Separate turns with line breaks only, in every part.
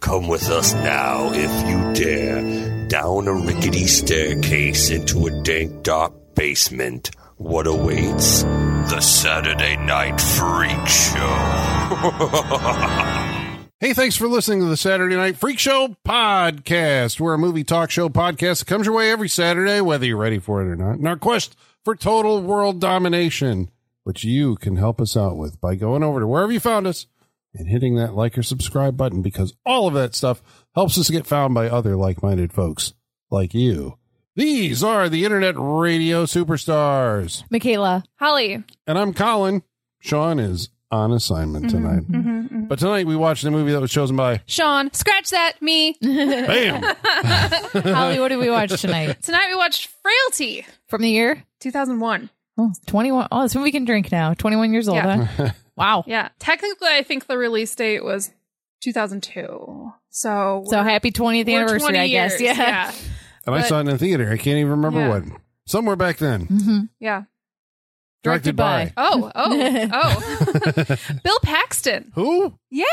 Come with us now, if you dare, down a rickety staircase into a dank, dark basement. What awaits? The Saturday Night Freak Show.
Hey, thanks for listening to the Saturday Night Freak Show podcast. We're a movie talk show podcast that comes your way every Saturday, whether you're ready for it or not, in our quest for total world domination, which you can help us out with by going over to wherever you found us and hitting that like or subscribe button because all of that stuff helps us get found by other like minded folks like you. These are the internet radio superstars.
Michaela.
Holly.
And I'm Colin. Sean is on assignment tonight. But tonight we watched a movie that was chosen by
Sean. Scratch that. Me.
Bam!
Holly, what did we watch tonight?
Tonight we watched Frailty.
From the year?
2001.
Oh, 21. Oh, that's when we can drink now. 21 years old,
Yeah.
huh? Wow.
Yeah. Technically, I think the release date was 2002. So,
So happy 20th
we're
anniversary,
20
I guess.
years.
Yeah.
yeah.
and I saw it in the theater. I can't even remember
Yeah.
when. Somewhere back then.
Yeah.
Directed, by.
Oh, oh, oh. Bill Paxton.
who?
Yeah.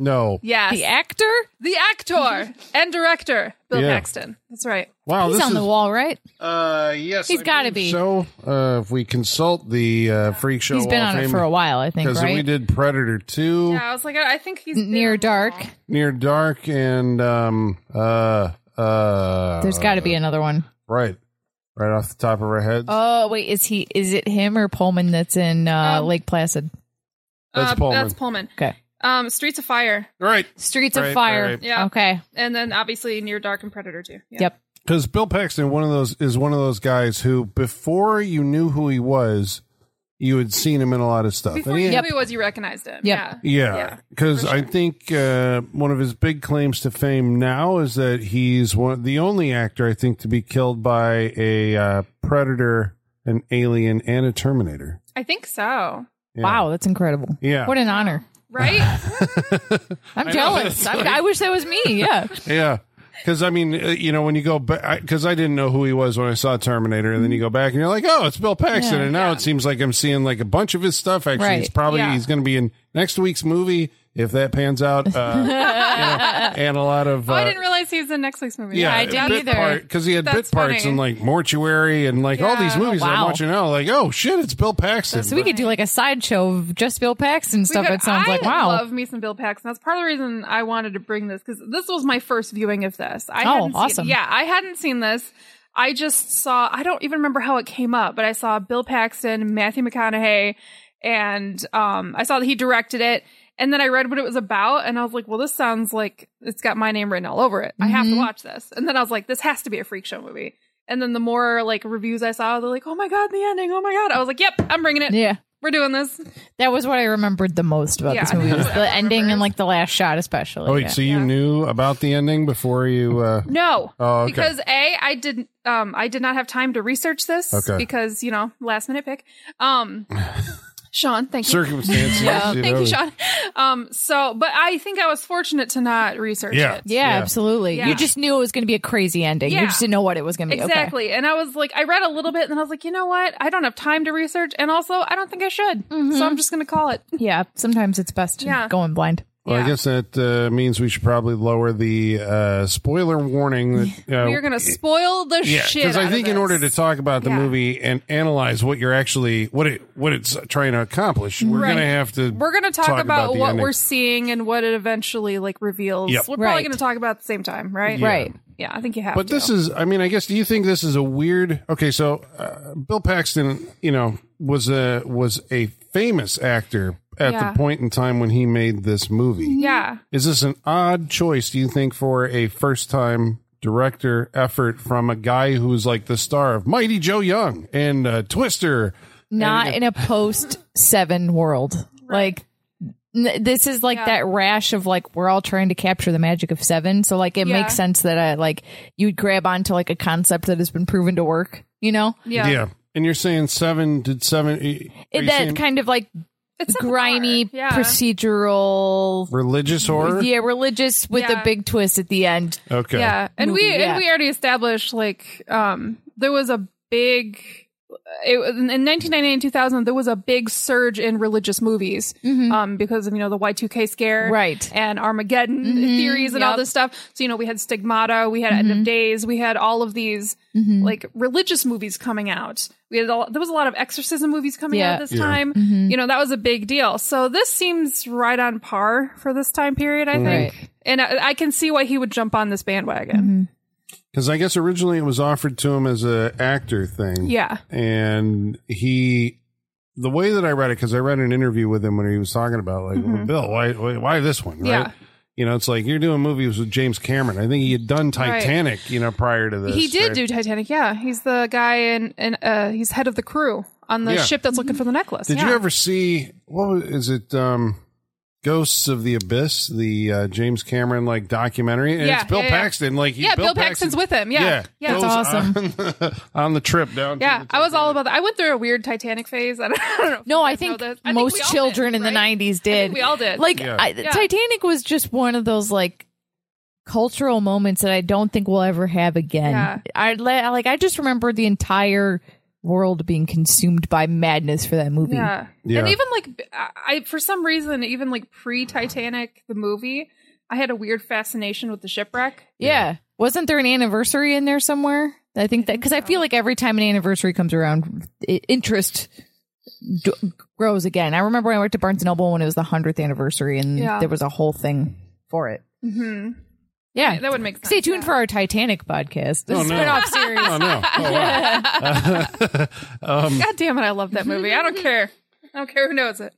No.
Yes.
The actor?
The actor and director, Bill
Yeah.
Paxton. That's right.
Wow, Oh,
He's
this
on
is
the wall, right?
uh yes.
He's
I
gotta
believe
be.
So, uh if we consult the uh freak show
He's been on it for a while, I think,
Because
right?
we did Predator 2,
Yeah, I was like, I I think he's been
Near
on
Dark.
the wall.
Near Dark and um uh uh
There's got to be another one.
right. Right off the top of our heads.
Oh, wait. Is he? Is it him or Pullman that's in uh,
Um,
Lake Placid?
That's
Uh,
Pullman.
That's Pullman.
Okay.
Um, Streets of Fire,
right.
Streets
Right,
of Fire.
right.
Yeah.
Okay.
and then obviously Near Dark and Predator too. Yeah.
Yep.
Because Bill Paxton, one of those is one of those guys who, before you knew who he was, you had seen him in a lot of stuff.
Before
And he-
you knew he was, you recognized him.
Yep.
Yeah.
yeah,
Yeah,
because I think uh, one of his big claims to fame now is that he's one the only actor I think to be killed by a uh, predator, an alien, and a Terminator.
I think so.
Yeah.
Wow, that's incredible.
Yeah.
What an honor.
Right?
I'm jealous. I'm, I wish that was me. Yeah.
Yeah. Because I mean, uh, you know, when you go back, because I, didn't know who he was when I saw Terminator, and then you go back and you're like, oh, it's Bill Paxton,
Yeah.
and now it seems like I'm seeing like a bunch of his stuff. Actually,
Right.
it's probably
Yeah.
he's going to be in next week's movie if that pans out, uh, you know, and a lot of.
oh, I
uh,
didn't realize he was in next week's movie.
yeah,
I didn't either.
Because he had bit
That's
parts
funny.
in like Mortuary and like all these
Yeah.
movies that I'm
Wow.
watching now. Like, oh shit, it's Bill Paxton.
So we could do like a sideshow of just Bill Paxton
We
stuff.
could-
it sounds
I
like wow.
love me some Bill Paxton. That's part of the reason I wanted to bring this because this was my first viewing of this. I
Oh,
hadn't
awesome.
Seen, yeah, I hadn't seen this. I just saw. I don't even remember how it came up, but I saw Bill Paxton, Matthew McConaughey, and um, I saw that he directed it. And then I read what it was about, and I was like, "Well, this sounds like it's got my name written all over it. I have to
Mhm.
watch this." And then I was like, "This has to be a freak show movie." And then the more like reviews I saw, they're like, "Oh my god, the ending! Oh my god!" I was like, "Yep, I'm bringing it.
yeah.
We're doing this."
That was what I remembered the most about
Yeah,
this movie.
that's
Was
what I
the ending
remember.
and like the last shot especially.
Oh wait,
Yeah.
so you
Yeah.
knew about the ending before you? Uh,
No,
oh, okay.
because a I didn't um I did not have time to research this
Okay.
because you know last minute pick. Um, Sean, thank you,
circumstances.
Yeah.
you
thank
know.
you, Sean. Um, so but I think I was fortunate to not research
Yeah.
it.
yeah,
Yeah.
absolutely.
Yeah.
You just knew it was going to be a crazy ending. You
Yeah.
just didn't know what it was going to be. Okay.
Exactly. And I was like, I read a little bit and then I was like, you know what? I don't have time to research. And also, I don't think I should. So I'm just going to call it.
Yeah. Sometimes it's best to
Yeah.
go in blind.
Well, I
Yeah.
guess that uh, means we should probably lower the uh, spoiler warning. That, uh,
We're going to spoil the
yeah,
shit.
because
out
I
of
think in
this.
order to talk about the
Yeah.
movie and analyze what you're actually what it what it's trying to accomplish, we're
Right.
going to have to
We're going to talk, about,
the
what
ending.
we're seeing and what it eventually like reveals.
Yep.
We're probably
Right.
going to talk about it at the same time, right?
Yeah.
Right.
Yeah, I think you have
But
to.
this is, I mean, I guess. Do you think this is a weird? Okay, so uh, Bill Paxton, you know, was a was a famous actor at
Yeah.
the point in time when he made this movie.
Yeah.
Is this an odd choice, do you think, for a first time director effort from a guy who's like the star of Mighty Joe Young and uh, Twister?
Not in a post seven world. Like n- this is like
Yeah.
that rash of like we're all trying to capture the magic of seven. So like it
Yeah.
makes sense that I like you'd grab onto like a concept that has been proven to work. You know,
Yeah.
And you're saying seven did seven. are you
that
saying
kind of like
It's similar.
grimy
Yeah.
procedural
religious horror?
yeah religious with
Yeah.
a big twist at the end
Okay.
Yeah. And we
Movie, yeah.
and we already established like um there was a big it, was- in 1999 and 2000 there was a big surge in religious movies um, because of you know the Y2K scare
Mm-hmm. Right. Mm-hmm.
and Armageddon theories and all
Yep. Mm-hmm.
this stuff. So you know we had Stigmata, we had End of Days, we had all of these like religious movies coming out. We had all, there was a lot of exorcism movies coming
Yeah. Mm-hmm.
out this
Yeah.
time. You know that was a big deal. So this seems right on par for this time period,
Mm-hmm.
I think.
Right.
And I, I can see why he would jump on this bandwagon.
Because I guess originally it was offered to him as a actor thing.
Mm-hmm.
Yeah.
and he the way that I read it because I read an interview with him when he was talking about like well, Bill why, why why this one right
Mm-hmm. Yeah.
you know it's like you're doing movies with James Cameron I think he had done
Right.
Titanic you know prior to this
He did
right?
do Titanic. Yeah, he's the guy in, in uh, he's head of the crew on the
Yeah.
ship that's looking for the necklace.
did you
Yeah.
ever see what was, is it um Ghosts of the Abyss the uh, James Cameron like documentary and
Yeah,
it's Bill
yeah, yeah.
Paxton like he,
Yeah, Bill Paxton's with him. Yeah, yeah.
goes
That's awesome.
on, on the trip down to
Yeah,
the
I was all about that. I went through a weird Titanic phase. I don't, I don't know. if
No,
you
I
guys know
think
this. I
most
we all
children
did,
in the
right?
'90s did.
we all did.
Like
Yeah.
I,
Yeah.
Titanic was just one of those like cultural moments that I don't think we'll ever have again.
Yeah.
I la- like I just remember the entire world being consumed by madness for that movie.
Yeah.
Yeah.
and even like I I- for some reason even like pre Titanic the movie, I had a weird fascination with the shipwreck.
Yeah. Wasn't there an anniversary in there somewhere? I think that because I feel like every time an anniversary comes around, i interest d- grows again. I remember when I worked at Barnes and Noble when it was the hundredth anniversary, and
Yeah.
there was a whole thing for it.
hmm
Yeah,
That would make sense.
Stay tuned for our Titanic podcast. This
Oh,
is
no.
a spin-off series.
oh no oh, wow. um,
God damn it! I love that movie. I don't care. I don't care who knows it.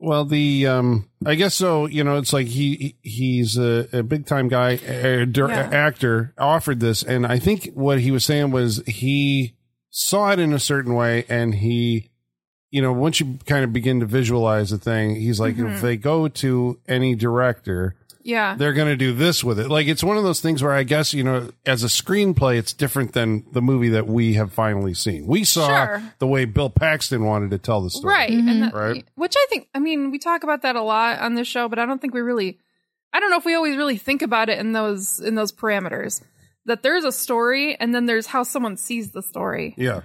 Well, the um, I guess so. You know, it's like he he- he's a, a big time guy, uh, dir-
Yeah.
actor. Offered this, and I think what he was saying was he saw it in a certain way, and he, you know, once you kind of begin to visualize the thing, he's like,
Mm-hmm.
if they go to any director,
Yeah.
they're going to do this with it. Like it's one of those things where I guess you know, as a screenplay, it's different than the movie that we have finally seen. We saw
Sure.
the way Bill Paxton wanted to tell the story,
right and that-
Right.
which i think i mean we talk about that a lot on this show but i don't think we really i don't know if we always really think about it in those in those parameters that there's a story and then there's how someone sees the story
Yeah.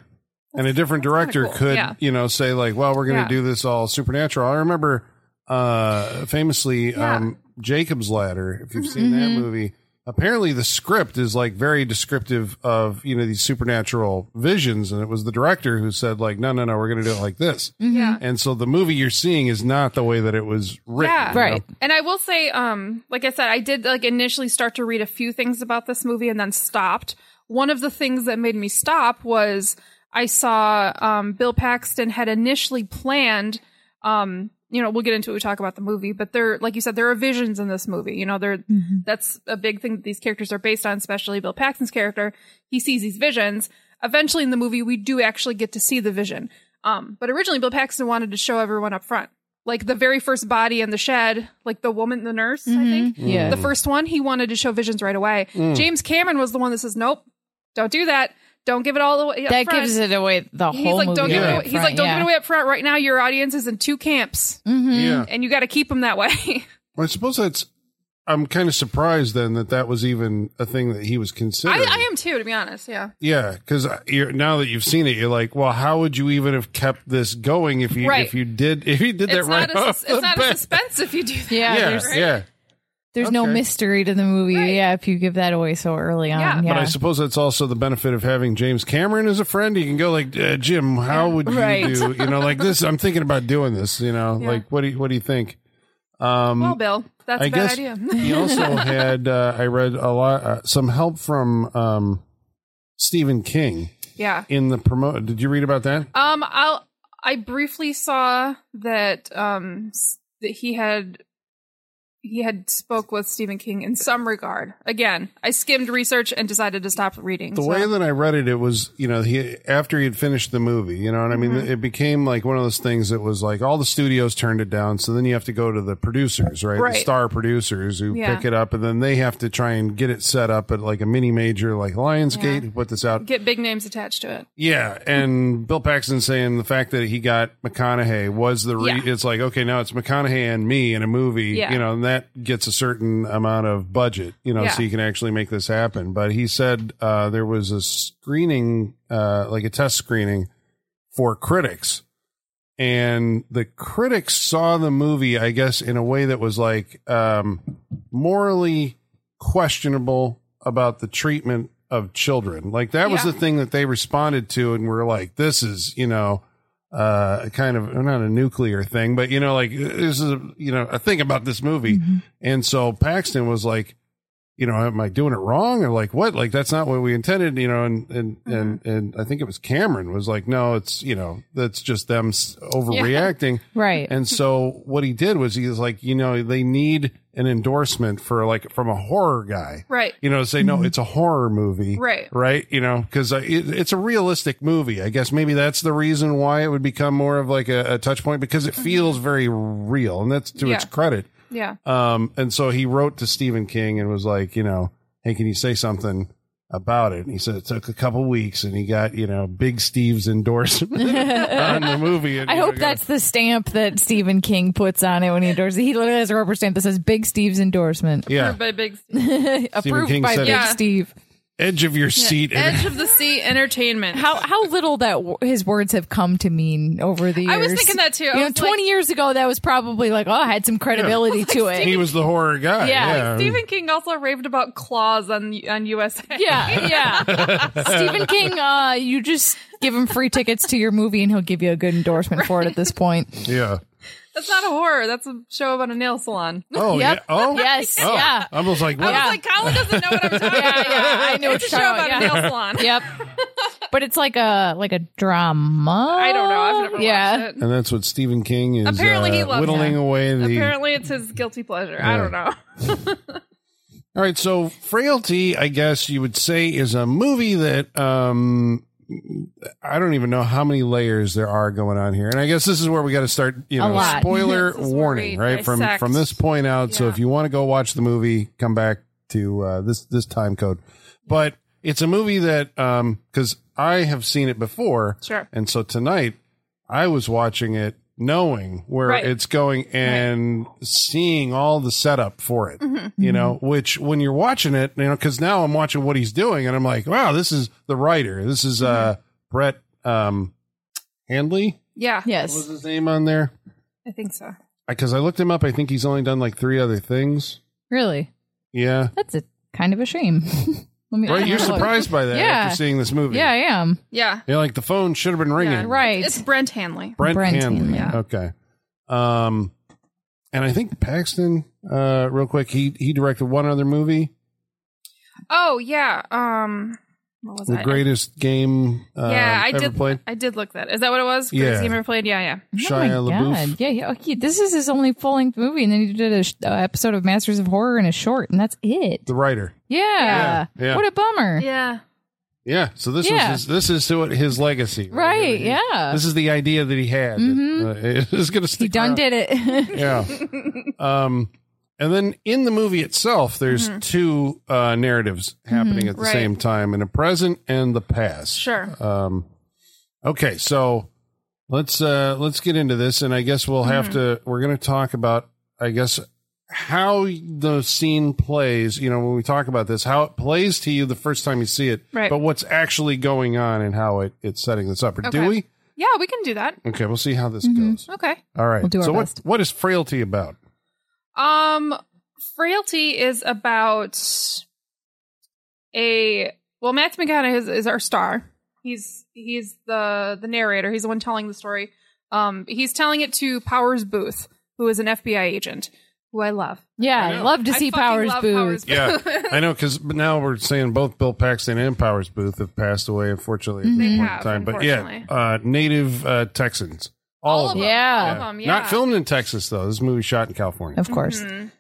and a different
kinda
director
cool.
could,
Yeah.
you know, say like, well, we're going to
Yeah.
do this all supernatural. I remember uh famously
Yeah. Mm-hmm.
um Jacob's Ladder, if you've seen that movie. Apparently the script is like very descriptive of, you know, these supernatural visions and it was the director who said like, no, no, no, we're going to do it like this.
yeah
And so the movie you're seeing is not the way that it was written.
Yeah.
you know?
Right.
and i will say um like i said i did like initially start to read a few things about this movie and then stopped one of the things that made me stop was i saw um bill paxton had initially planned um you know we'll get into it when we talk about the movie but there like you said there are visions in this movie you know there that's a big thing that these characters are based on especially bill paxton's character he sees these visions eventually in the movie we do actually get to see the vision um but originally bill paxton wanted to show everyone up front like the very first body in the shed like the woman the nurse i
Mm-hmm.
think
Mm.
Yeah.
the
Mm-hmm.
first one he wanted to show visions right away james cameron was the one that says nope don't do that don't give it all the way up
that
front."
gives it away the
He's
whole
like,
movie.
don't give it
Yeah.
away. He's like, don't give it away up front. Right now, your audience is in two camps,
Mm.
Yeah.
and you got to keep them that way.
Well, I suppose that's I'm kind of surprised then that that was even a thing that he was
I,
considering.
I am too, to be honest. Yeah,
Yeah, because now that you've seen it, you're like, well, how would you even have kept this going if you
Right.
if you did if you did
it's
that right
not a,
off
sus-
the
it's not a
bat?
suspense if you do that.
Yeah,
Yeah,
there's,
yeah.
there's no
Okay.
mystery to the movie.
Right.
Yeah, if you give that away so early on.
Yeah.
Yeah,
But
But I suppose that's also the benefit of having James Cameron as a friend. You can go like, uh, Jim, how would you
Right.
do? You know, like this. I'm thinking about doing this. You know,
Yeah.
like what do you, what do you think? Um,
Well, Bill, that's a
I
bad
guess
idea.
he also had uh, I read a lot uh, some help from um, Stephen King
yeah.
in the promote. Did you read about that?
Um, I'll. I briefly saw that um s- that he had he had spoke with Stephen King in some regard. Again, I skimmed research and decided to stop reading.
the
so-
way that I read it, it was you know he after he had finished the movie, you know what I mean.
Mm-hmm.
It became like one of those things that was like all the studios turned it down, so then you have to go to the producers, right?
Right.
The star producers who
Yeah.
pick it up, and then they have to try and get it set up at like a mini major like Lionsgate who put this out.
get big names attached to it.
Yeah, and Bill Paxton saying the fact that he got McConaughey was the re-
Yeah.
it's like okay now it's McConaughey and me in a movie,
Yeah.
you know, and that gets a certain amount of budget, you know,
Yeah.
so you can actually make this happen. But he said uh, there was a screening, uh, like a test screening for critics. And the critics saw the movie, I guess, in a way that was like um, morally questionable about the treatment of children. Like that was
Yeah.
the thing that they responded to, and were like, "This is, you know." uh kind of not a nuclear thing but you know like this is a, you know a thing about this movie
Mm-hmm.
and so Paxton was like, you know, am I doing it wrong or like what? Like that's not what we intended, you know. And and
Mm-hmm.
and and I think it was Cameron was like, no, it's you know, that's just them s- overreacting.
Right.
And so what he did was he was like, you know, they need an endorsement for like from a horror guy.
Right. Mm-hmm.
You know, to say no, it's a horror movie,
Right.
Right, you know, because it, it's a realistic movie. I guess maybe that's the reason why it would become more of like a, a touch point because it feels very real, and that's to its
Mm-hmm. Yeah.
credit.
Yeah.
Um, and so he wrote to Stephen King and was like, you know, hey, can you say something about it? And he said it took a couple weeks, and he got you know Big Steve's endorsement on the movie. And,
I
you know,
hope that's the stamp that Stephen King puts on it when he endorses. He literally has a rubber stamp that says "Big Steve's endorsement."
yeah,
By big
Approved
King
by
said
Big
it.
Steve.
edge of your seat.
edge of the seat entertainment.
How how little that w- his words have come to mean over the years.
I was thinking that too. I
You know,
was
twenty
like-
years ago, that was probably like, oh, I had some credibility to it.
he was the horror guy.
Yeah,
Yeah,
Stephen King also raved about claws on on USA.
Yeah, yeah. Stephen King, uh, you just give him free tickets to your movie and he'll give you a good endorsement for it at this point.
yeah.
That's not a horror. That's a show about a nail salon.
Oh
Yep.
yeah. Oh
Yes,
Oh,
yeah.
I was like, what?
I was like, Colin doesn't know what I'm talking
Yeah,
about.
yeah, I know
it's
what
a
you're
show
talking
about
about,
a nail salon.
Yep. But it's like a like a drama.
I don't know. I've never
yeah.
watched it.
and that's what Stephen King is
Apparently he
uh,
loves
whittling
him.
away the
Apparently, it's his guilty pleasure. I don't know.
All right, so Frailty, I guess you would say, is a movie that um I don't even know how many layers there are going on here, and I guess this is where we got to start. You
A
know,
lot.
spoiler
This is where
warning,
we
right from
dissect.
from this point out. So
Yeah.
if you want to go watch the movie, come back to uh, this this time code. But it's a movie that um because I have seen it before,
Sure.
and so tonight I was watching it knowing where
Right.
it's going and seeing all the setup for it,
Mm-hmm.
you know, which when you're watching it, you know, cause now I'm watching what he's doing and I'm like, wow, this is the writer. This is, uh,
Mm-hmm.
Brett, um, Handley.
Yeah,
What was
Yes.
his name on there?
I think so.
I- Cause I looked him up. I think he's only done like three other things.
Really?
Yeah.
That's a kind of a shame. Let me
Right. You're
look.
surprised by that
Yeah.
after seeing this movie.
Yeah, I am.
Yeah,
You're like the phone should have been ringing.
Yeah,
Right.
it's Brent Hanley.
Brent,
Brent
Hanley.
Hanley. Yeah.
Okay. Um, and I think Paxton, uh, real quick, he he directed one other movie,
Oh yeah. Um, what was
the
that?
greatest game uh,
yeah, I
ever
did.
played.
I did look that. Is that what it was?
Yeah.
Greatest game ever played. Yeah, yeah.
Shia
oh my
LaBeouf.
God. Yeah, yeah. Okay, this is his only full length movie, and then he did a sh- uh, episode of Masters of Horror and a short, and that's it.
The writer.
Yeah.
Yeah, yeah.
What a bummer.
Yeah.
Yeah. So this
Yeah.
was his, this is what his legacy.
Right.
He-
Yeah. Mm-hmm.
This is the idea that he had. That, uh, it's going to stick.
He done
around.
did it.
Yeah. um, and then in the movie itself, there's
Mm-hmm.
two uh, narratives happening at the
Right.
same time in the present and the past.
Sure.
Um, okay, so let's uh, let's get into this, and I guess we'll have to. We're going to talk about, I guess, how the scene plays. You know, when we talk about this, how it plays to you the first time you see it,
Right.
But what's actually going on and how it, it's setting this up. Or do
Okay.
we?
Yeah, we can do that.
Okay, we'll see how this goes.
Okay.
All right.
We'll do our
so
best.
what what is frailty about?
Um, frailty is about a well, Matthew McConaughey is, is our star. He's he's the the narrator. He's the one telling the story. Um, he's telling it to Powers Booth, who is an FBI agent, who I love.
Yeah,
I
I
know.
love to
I
see
fucking
Powers
love
Booth.
Powers Booth.
Yeah, I know because now we're saying both Bill Paxton and Powers Booth have passed away, unfortunately, at this
They
point in
have,
time. But yeah,
unfortunately.
uh, native uh, Texans, all, of them.
Yeah.
all of them. Um, Yeah,
Not filmed in Texas though. This movie shot in California.
Of course.
Mhm.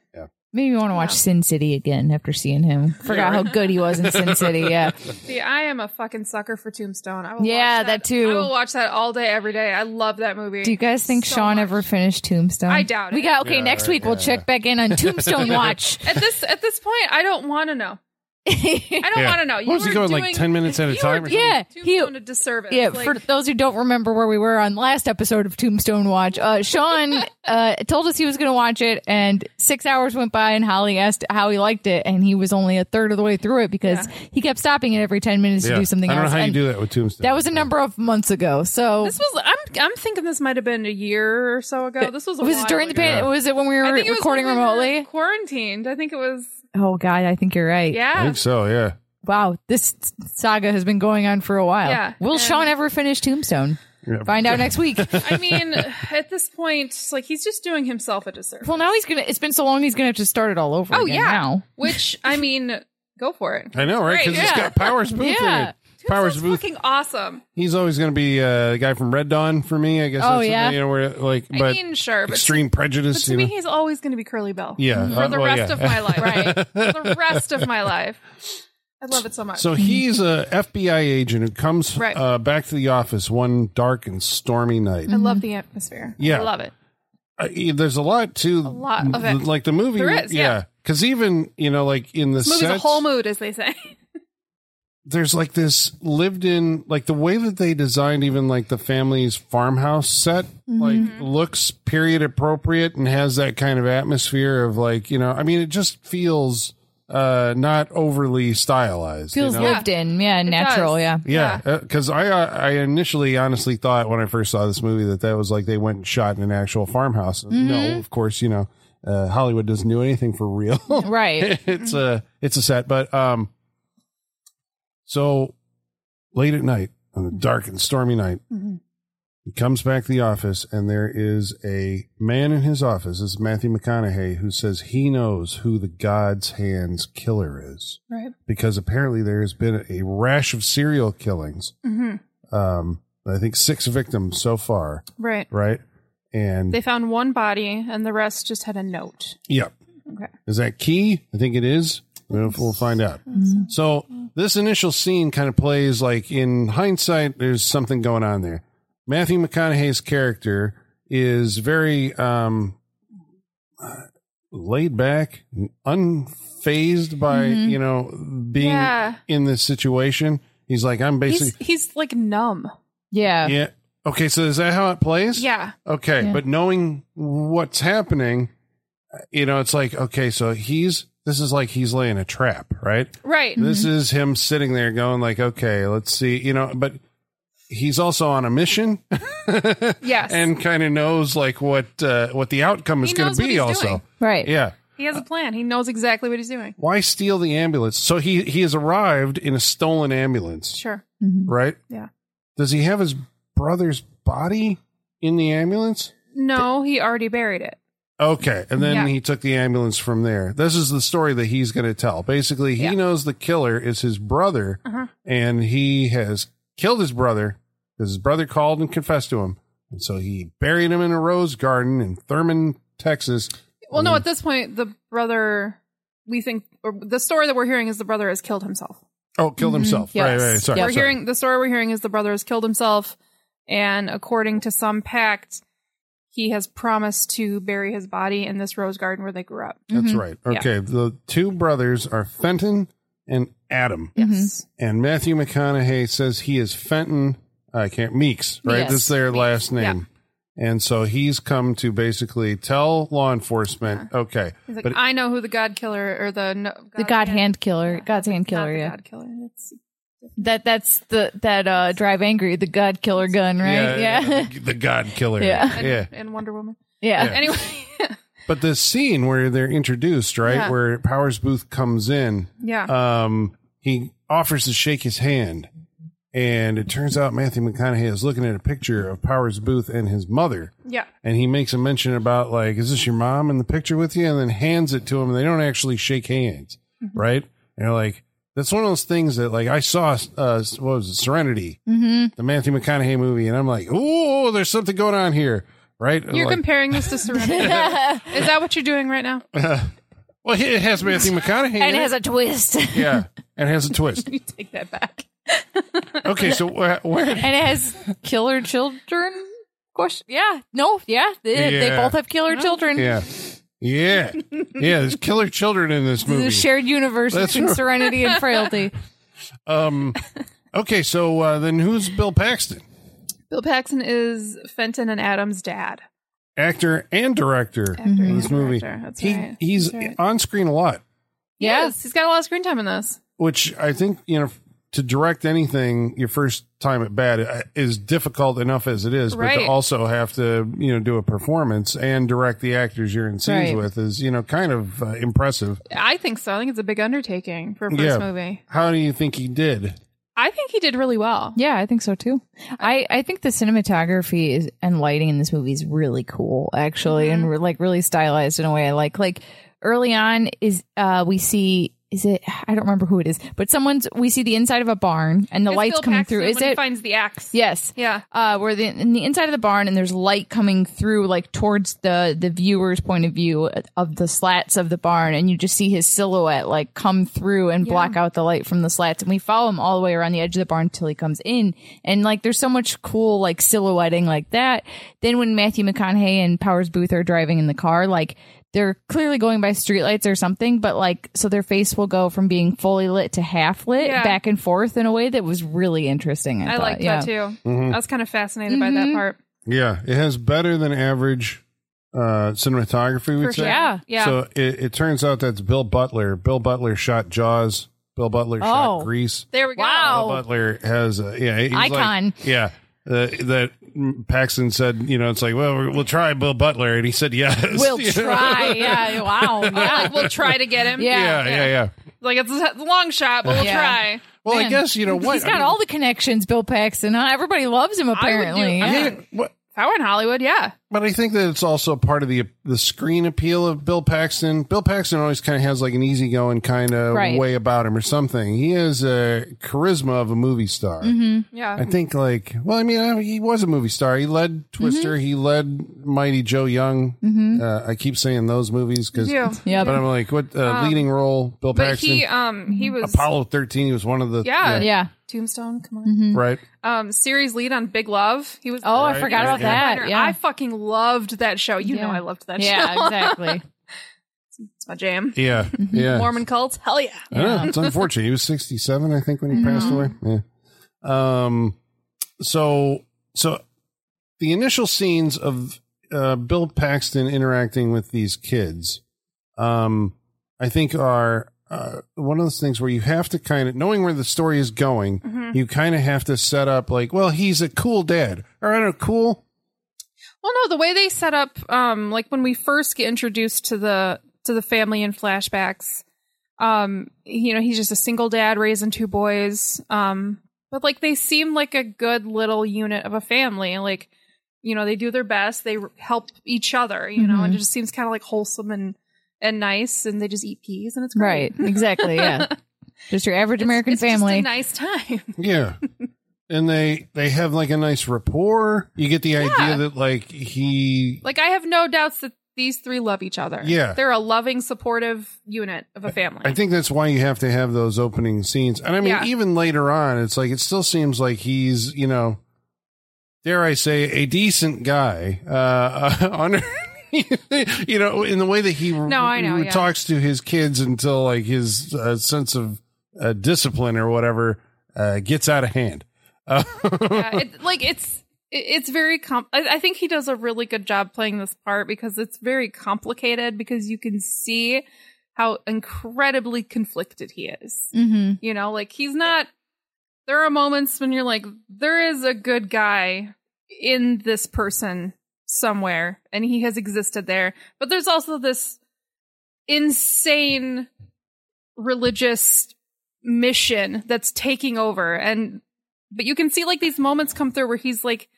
Maybe you want to watch Sin City again after seeing him. Forgot how good he was in Sin City. Yeah.
See, I am a fucking sucker for Tombstone. I will
Yeah,
watch
that too.
I will watch that all day, every day. I love that movie.
Do you guys think
So
Sean
much.
ever finished Tombstone?
I doubt
We
it.
got okay.
Yeah,
next
right,
week we'll
yeah.
check back in on Tombstone Watch.
at this at this point? I don't want to know. I don't
Yeah.
want to know. You
What was he
were
going, like,
doing,
10 minutes at a
you were
time or
doing
something? Yeah, he-
Tombstone a disservice.
Yeah,
Like,
for those who don't remember where we were on last episode of Tombstone Watch, uh, Sean uh, told us he was going to watch it, and six hours went by, and Holly asked how he liked it, and he was only a third of the way through it because he kept stopping it every ten minutes
Yeah.
to do something
I don't
else.
know how you
and
do that with Tombstone.
That was a number of months ago. So
this was. I'm. I'm thinking this might have been a year or so ago. This was. A
was
while
it during the
ago.
pan-
Yeah.
Was it when we were
I think it was
recording
when we were
remotely?
quarantined. I think it was.
Oh God, I think you're right.
I
Yeah.
think so. Yeah.
Wow, this saga has been going on for a while.
Yeah,
Will
and-
Sean ever finish Tombstone?
Yeah.
Find out next week.
I mean, at this point, like he's just doing himself a disservice.
well, now he's gonna. It's been so long. He's gonna have to start it all over.
Oh
again
yeah.
Now.
Which I mean, go for it.
I know, right?
Great,
Because it's
yeah.
got Powers Booth in
Yeah.
it. Powers
That's
Booth.
fucking awesome.
He's always going to be uh, the guy from Red Dawn for me. I guess.
Oh,
that's the-
yeah.
You know, where like, but
I mean, sure, but,
extreme
but
prejudice.
to
You
me,
know?
he's always going to be Curly Bell.
Yeah.
for
Uh,
the
well,
rest
yeah.
of my life. right. For the rest of my life. I love it so much.
So he's a FBI agent who comes
Right. Mm-hmm.
uh, back to the office one dark and stormy night.
I love the atmosphere.
Yeah.
I love it.
Uh, yeah, there's a lot to a
lot of it.
Like the movie,
There is, yeah.
Because even you know, like in the
This movie's
sets,
a whole mood, as they say.
there's like this lived in, like the way that they designed even like the family's farmhouse set,
Mm-hmm.
like looks period appropriate and has that kind of atmosphere of like you know, I mean, it just feels uh not overly stylized. you
Feels
know?
lived in. Yeah, natural.
does.
Yeah.
Yeah, because I uh, I initially honestly thought when I first saw this movie that that was like they went and shot in an actual farmhouse.
Mm-hmm.
No, of course you know uh, Hollywood doesn't do anything for real.
Right.
it's a it's a set, but um, so late at night on a dark and stormy night, he comes back to the office and there is a man in his office. This is Matthew McConaughey who says he knows who the God's Hands killer is
Right.
because apparently there has been a rash of serial killings.
hmm
Um, I think six victims so far,
Right.
right? And
They found one body and the rest just had a note.
yeah,
Okay.
is that key? I think it is. We'll, we'll find out. So this initial scene kind of plays like in hindsight. There's something going on there. Matthew McConaughey's character is very um, uh, laid back, unfazed by you know being
Mm-hmm. Yeah.
in this situation. He's like, I'm basically
He's he's like numb.
Yeah.
Yeah. Okay, so is that how it plays?
Yeah.
Okay,
Yeah.
but knowing what's happening, you know, it's like, okay, so he's this is like he's laying a trap, right?
Right.
This is him sitting there going like, okay, let's see, you know, but he's also on a mission
Yes.
and kind of knows like what uh, what the outcome is
He
going
knows
to
what
be
he's
also.
doing.
Right.
Yeah.
he has a plan. He knows exactly what he's doing.
Why steal the ambulance? So he he has arrived in a stolen ambulance,
Sure.
right?
Mm-hmm. Yeah.
Does he have his brother's body in the ambulance?
No, he already buried it.
Okay, and then
Yeah.
he took the ambulance from there. This is the story that he's going to tell. Basically, he
Yeah.
knows the killer is his brother,
Uh-huh.
and he has killed his brother because his brother called and confessed to him, and so he buried him in a rose garden in Thurman, Texas.
Well,
Mm.
no, at this point, the brother, we think, or the story that we're hearing is the brother has killed himself.
Oh, killed himself.
Yes.
Right, right. Sorry,
Yeah.
Mm-hmm. we're
sorry.
hearing the story we're hearing is the brother has killed himself, and according to some pact, he has promised to bury his body in this rose garden where they grew up.
That's right.
Mm-hmm. Yeah.
Okay, the two brothers are Fenton and Adam.
Yes,
and Matthew McConaughey says he is Fenton. I can't Meeks, right?
Yes,
This is their last name, and so he's come to basically tell law enforcement, okay,
he's like,
but
I know who the God Killer or the no,
The God Hand Killer. God's Hand
not
Killer.
the
Yeah.
God Killer. It's,
That that's the that uh drive angry the God Killer gun right yeah yeah
the- the God Killer,
Yeah.
and,
yeah.
and Wonder Woman.
Yeah.
Anyway,
But the scene where they're introduced, right,
Yeah.
where Powers Booth comes in,
yeah,
um, he offers to shake his hand. And it turns out Matthew McConaughey is looking at a picture of Powers Booth and his mother.
yeah.
and he makes a mention about like, is this your mom in the picture with you? And then hands it to him, and they don't actually shake hands,
Mm-hmm.
right? And they're like, that's one of those things that like I saw, uh, what was it, Serenity,
mm-hmm.
the Matthew McConaughey movie, and I'm like, oh, there's something going on here, right?
You're
Like,
comparing this to Serenity. is that what you're doing right now?
well, it has Matthew McConaughey, in
and it has a twist and
yeah, and it has a twist.
You take that back.
Okay, so where, where
it has killer children question yeah no yeah they, they
Yeah.
both have killer children
yeah. Yeah. Yeah. There's killer children in this
The
movie.
shared universe
That's
between
right.
serenity and frailty.
Um, okay. So uh, then who's Bill Paxton?
Bill Paxton is Fenton and Adam's dad.
Actor and director
Actor
in
and
this movie.
director, That's
he,
right.
He's
That's right.
on screen a lot,
Yeah.
Yes, he's got a lot of screen time in this.
which I think, you know, to direct anything your first time at bat uh, is difficult enough as it is, but to
Right.
also have to, you know, do a performance and direct the actors you're in scenes
Right.
with is, you know, kind of uh, impressive.
I think so. I think it's a big undertaking for a first
Yeah.
movie.
How do you think he did?
I think he did really well.
Yeah, I think so too. I, I think the cinematography is, and lighting in this movie is really cool, actually, and re- like really stylized in a way I like. Like early on is uh we see is it I don't remember who it is, but someone's we see the inside of a barn and the
It's
lights
Bill
coming
Paxton
through. Is
when he
it?
finds the axe?
yes.
Yeah.
Uh, where the in the inside of the barn and there's light coming through like towards the the viewer's point of view of the slats of the barn and you just see his silhouette like come through and block out the light from the slats and we follow him all the way around the edge of the barn till he comes in and like there's so much cool like silhouetting like that then when Matthew McConaughey and Powers Booth are driving in the car like they're clearly going by streetlights or something, but like, so their face will go from being fully lit to half lit,
Yeah.
back and forth in a way that was really interesting. I,
I
thought.
liked
yeah. Mm-hmm.
that too.
Mm-hmm.
I was kind of fascinated by that part.
Yeah, it has better than average uh, cinematography. We'd
For
say.
sure. Yeah, yeah.
So it, it turns out that's Bill Butler. Bill Butler shot Jaws. Bill Butler
Oh.
shot Grease.
There we go.
Wow.
Bill Butler has a yeah he's like-
Oh. Icon.
yeah. Uh, that Paxton said, you know, it's like, well, we're- we'll try Bill Butler, and he said yes.
We'll
You know?
try. Yeah. Wow. Yeah.
Like, we'll try to get him.
Yeah.
Yeah, yeah, yeah.
Like it's a it's a long shot, but we'll
Yeah.
try.
Well, I
Man,
guess you know what
He's
I
got
mean,
all the connections, Bill Paxton. Huh? Everybody loves him apparently.
I
yeah.
mean,
what-
If I were in Hollywood, yeah.
But I think that it's also part of the the screen appeal of Bill Paxton. Bill Paxton always kind of has like an easygoing kind of
Right.
way about him or something. He has a charisma of a movie star.
Mm-hmm.
I
Yeah.
think like, well, I mean, I- he was a movie star. He led Twister.
Mm-hmm.
He led Mighty Joe Young. Uh, I keep saying those movies because,
Yeah. Um,
Yep.
but I'm like, what uh, leading role? Bill
But
Paxton,
he um he was
Apollo 13. He was one of the
Yeah.
yeah.
Tombstone, come on.
right.
Um series lead on Big Love. He was
Mm-hmm. Oh, I
Right,
forgot
right,
about that. Yeah.
I fucking loved that show. You know
Yeah.
I loved that show.
yeah. Exactly.
It's my jam.
Yeah,
Mm-hmm.
yeah.
Mormon cults, hell yeah.
I know, it's unfortunate. He was 67, I think, when he passed away. Yeah. Um. So so the initial scenes of uh, Bill Paxton interacting with these kids, um, I think are. Uh, one of those things where you have to kind of knowing where the story is going, you kind of have to set up like, well, he's a cool dad. All right, a cool.
Well, no, the way they set up, um, like when we first get introduced to the to the family in flashbacks, um, you know, he's just a single dad raising two boys. Um, but like they seem like a good little unit of a family, and like you know, they do their best, they r- help each other, you
Mm-hmm.
know, and it just seems kind of like wholesome and and nice, and they just eat peas, and it's great.
Right. Exactly. Yeah. Just your average
It's-
American
it's just a
family.
nice time.
Yeah. and they they have like a nice rapport. You get the idea that like he
Like I have no doubts that these three love each other.
Yeah.
they're a loving, supportive unit of a family.
I think that's why you have to have those opening scenes. And I mean,
Yeah.
even later on, it's like it still seems like he's, you know, dare I say, a decent guy. Uh, on, you know, in the way that he
No, I know, yeah.
talks to his kids until like his uh, sense of uh, discipline or whatever uh, gets out of hand. Uh,
yeah, it, like it's it- it's very com. I, I think he does a really good job playing this part because it's very complicated because you can see how incredibly conflicted he is.
Mm-hmm.
You know, like he's not. There are moments when you're like, there is a good guy in this person somewhere, and he has existed there. But there's also this insane religious mission that's taking over and but you can see like these moments come through where he's like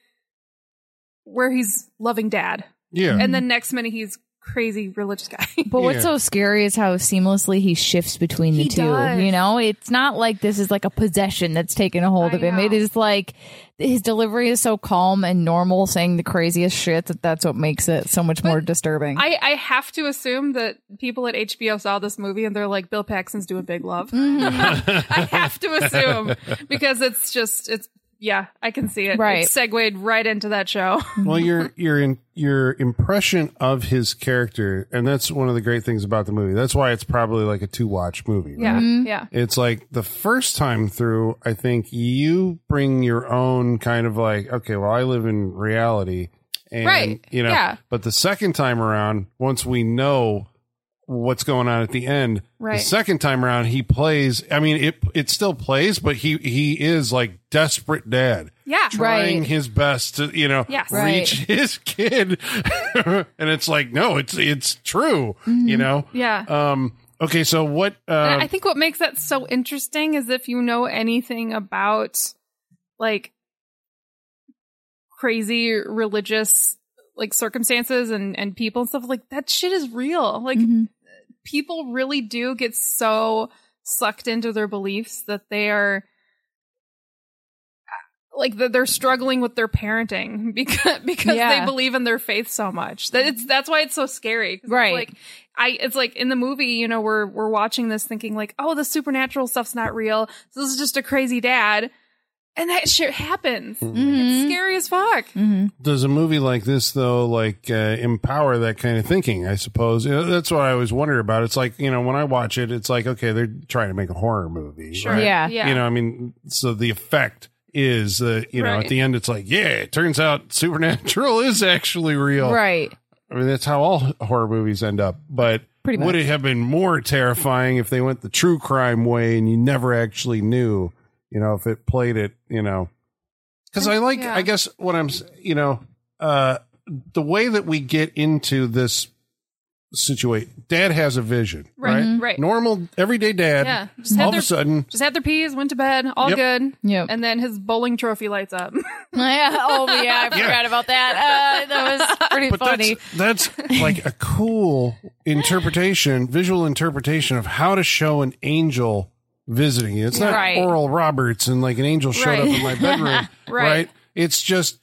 where he's loving dad
yeah.
and then next minute he's crazy religious guy
But
Yeah.
what's so scary is how seamlessly he shifts between the
He
two.
does.
You know, it's not like this is like a possession that's taken a hold
I
of him.
know.
It is like his delivery is so calm and normal, saying the craziest shit that that's what makes it so much more disturbing.
I, I have to assume that people at HBO saw this movie and they're like, Bill Paxton's doing Big Love. I have to assume because it's just, it's Yeah, I can see it.
Right.
It segued right into that show.
Well, your your in, your impression of his character, and that's one of the great things about the movie. That's why it's probably like a two watch movie. right?
Yeah. Yeah.
It's like the first time through, I think you bring your own kind of like, okay, well, I live in reality. And,
Right.
You know,
Yeah.
but the second time around, once we know what's going on at the end,
Right.
the second time around, he plays, I mean, it, it still plays, but he, he is like desperate dad
Yeah.
trying
Right.
his best to you know
Yes.
Right.
reach his kid and it's like no it's it's true
Mm-hmm.
Mm-hmm.
you know
Yeah.
um okay so what uh
And I think what makes that so interesting is if you know anything about like crazy religious like circumstances and and people and stuff like that shit is real. Like
Mhm.
people really do get so sucked into their beliefs that they are like that they're struggling with their parenting because because
Yeah.
they believe in their faith so much that it's that's why it's so scary 'Cause it's
Right.
like i it's like in the movie you know we're we're watching this thinking like oh the supernatural stuff's not real this is just a crazy dad and that shit happens
Mm-hmm.
Mm-hmm.
it's scary as fuck
does a movie like this though like uh, empower that kind of thinking i suppose You know, that's what i always wonder about it's like you know when i watch it it's like okay they're trying to make a horror movie
Sure.
right?
Yeah.
yeah
you know i mean so the effect is uh, you know
Right.
at the end it's like yeah it turns out supernatural is actually real
Right.
I mean, that's how all horror movies end up. But
Pretty
would
much.
it have been more terrifying if they went the true crime way and you never actually knew? You know, if it played it, you know, because I like,
Yeah.
I guess what I'm, s- you know, uh, the way that we get into this situation, Dad has a vision, right?
right right
Normal everyday dad,
Yeah. Just had
all of
their-
a sudden,
just had their peas went to bed all
Yep.
good
Yep.
and then his bowling trophy lights up
Yeah. Oh yeah, I forgot about that. Uh, that was pretty
but
funny.
that's that's like a cool interpretation, visual interpretation of how to show an angel visiting you. It's not
Right.
Oral Roberts and like an angel showed up
Right.
in my bedroom, right. It's just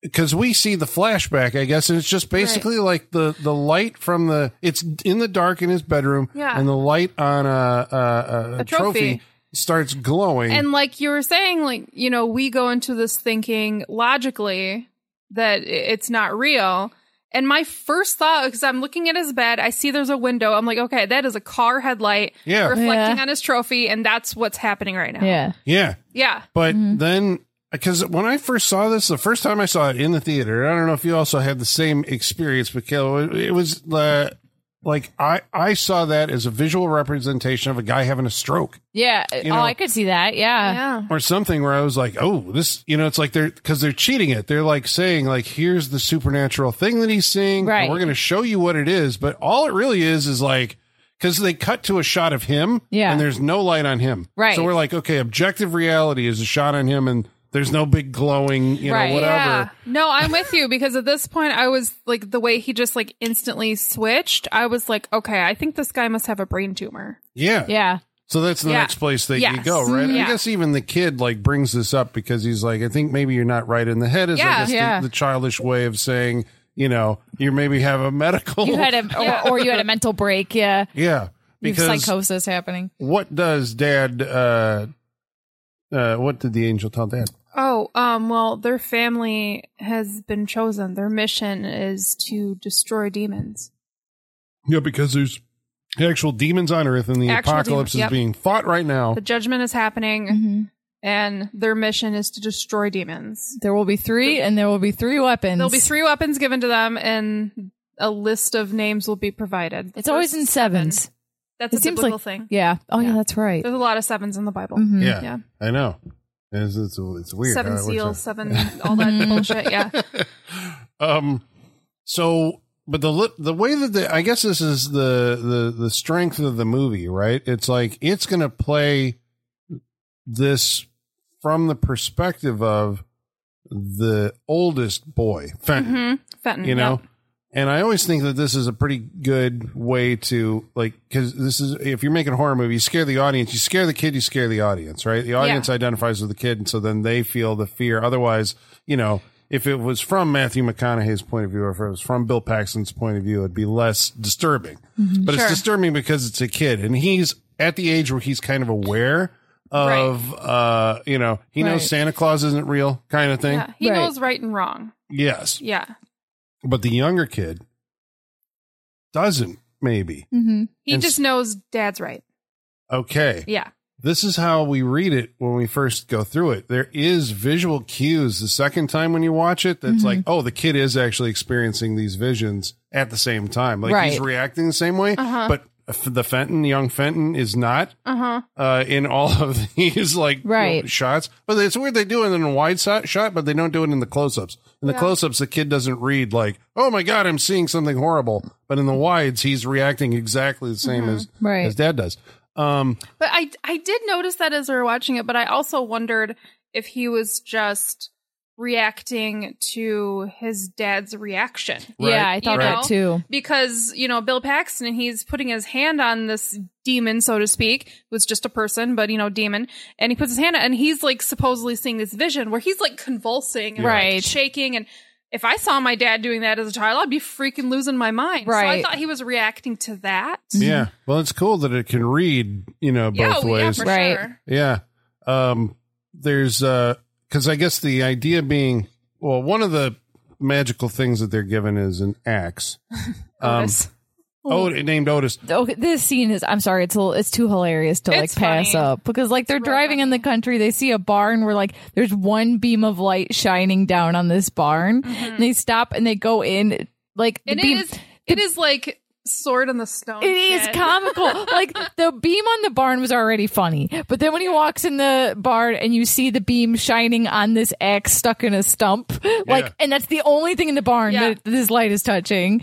because we see the flashback, I guess, and it's just basically like the the light from the it's in the dark in his bedroom,
Yeah.
and the light on a a, a,
A
trophy.
trophy.
starts glowing.
And like you were saying, like, you know, we go into this thinking logically that i- it's not real. And my first thought, because I'm looking at his bed, I see there's a window. I'm like, okay, that is a car headlight
Yeah.
reflecting
Yeah.
on his trophy, and that's what's happening right now.
Yeah.
yeah,
Yeah.
But then, because when I first saw this, the first time I saw it in the theater, I don't know if you also had the same experience, but Kayla, it- it was uh, like I I saw that as a visual representation of a guy having a stroke
Yeah.
know-
oh, I could see that. Yeah.
Yeah.
or something where I was like, oh, this, you know, it's like they're because they're cheating it. They're like saying like, here's the supernatural thing that he's seeing,
Right.
And we're going to show you what it is, but all it really is is like. Because they cut to a shot of him,
Yeah.
and there's no light on him,
Right.
So we're like, okay, objective reality is a shot on him, and there's no big glowing, you know,
Right.
whatever.
Yeah. No, I'm with you because at this point I was like the way he just like instantly switched, I was like, okay, I think this guy must have a brain tumor.
Yeah.
Yeah. Yeah.
So that's the
Yeah.
next place that you
Yes.
go, right? I
Yeah.
guess even the kid like brings this up because he's like, I think maybe you're not right in the head is I
Yeah.
guess
Yeah.
The, the childish way of saying, you know, you maybe have a medical
You had a or, or you had a mental break. Yeah.
Yeah.
You have
Because
psychosis happening.
what does dad uh uh what did the angel tell dad?
Oh, um, well, their family has been chosen. Their mission is to destroy demons.
Yeah, because there's actual demons on earth and the
Actual
apocalypse
demons, yep.
is being fought right now.
The judgment is happening,
Mm-hmm.
and their mission is to destroy demons.
There will be three, and there will be three weapons.
There'll be three weapons given to them, and a list of names will be provided.
It's always in sevens.
That's
It
a
seems
biblical
like Mm-hmm.
thing.
yeah. Oh yeah,
Yeah.
that's right.
There's a lot of sevens in the Bible.
yeah,
Yeah.
I know. It's, it's, it's weird.
seven
how it works out.
seals, seven, all that bullshit. Yeah.
Um. So, but the li- the way that the I guess this is the the the strength of the movie, right? It's like it's going to play this from the perspective of the oldest boy, Fenton.
Mhm. Fenton.
You know.
yeah.
And I always think that this is a pretty good way to like because this is if you're making a horror movie, you scare the audience, you scare the kid, you scare the audience, right? The audience identifies with the kid, and so then they feel the fear. Otherwise, you know, if it was from Matthew McConaughey's point of view, or if it was from Bill Paxton's point of view, it'd be less
Mm-hmm.
disturbing. But it's
Sure.
disturbing because it's a kid, and he's at the age where he's kind of aware of uh, you know, he knows
Right.
Santa Claus isn't real kind of thing.
Yeah, he
Right.
knows right and wrong.
Yes.
Yeah,
But the younger kid doesn't maybe.
Mm-hmm.
he
And
just
s-
knows dad's right.
Okay.
Yeah,
This is how we read it when we first go through it. There is visual cues the second time when you watch it that's
Mhm.
like, oh, the kid is actually experiencing these visions at the same time. Like he's
Right.
reacting the same way,
Uh-huh.
but f- the Fenton, young Fenton, is not
uh huh.
uh, in all of these like
Right.
you know, shots. But it's weird they do it in a wide shot, shot but they don't do it in the close ups. In the
Yeah.
close ups, the kid doesn't read like, "Oh my god, I'm seeing something horrible." But in the wides, he's reacting exactly the same as
Mm-hmm. Right.
as dad does. Um,
But I I did notice that as we were watching it, but I also wondered if he was just reacting to his dad's reaction.
Yeah,
Right,
I thought
right.
that too.
Because, you know, Bill Paxton, he's putting his hand on this demon, so to speak, who's just a person, but, you know, demon. And he puts his hand on, and he's like supposedly seeing this vision where he's like convulsing and like,
Right.
shaking. And if I saw my dad doing that as a child, I'd be freaking losing my mind. So I
Right.
thought he was reacting to that.
yeah. Well, it's cool that it can read, you know, both
oh,
yeah, yeah,
ways.
for
Right.
sure.
Yeah. Um, there's, uh, cause I guess the idea being, well, one of the magical things that they're given is an axe. Um,
Otis.
oh, named Otis.
Okay, this scene is. I'm sorry, it's a, little- it's too hilarious to like
It's
pass
funny.
up because like they're
real
driving in the country, they see a barn where like there's one beam of light shining down on this barn, and they stop and they go in like the
Mm-hmm. And
beam.
it is, it is like sword in the stone.
It is
Oh, shit.
comical. like the beam on the barn was already funny, but then when he walks in the barn and you see the beam shining on this axe stuck in a stump,
Yeah.
like, and that's the only thing in the barn
Yeah.
that this light is touching.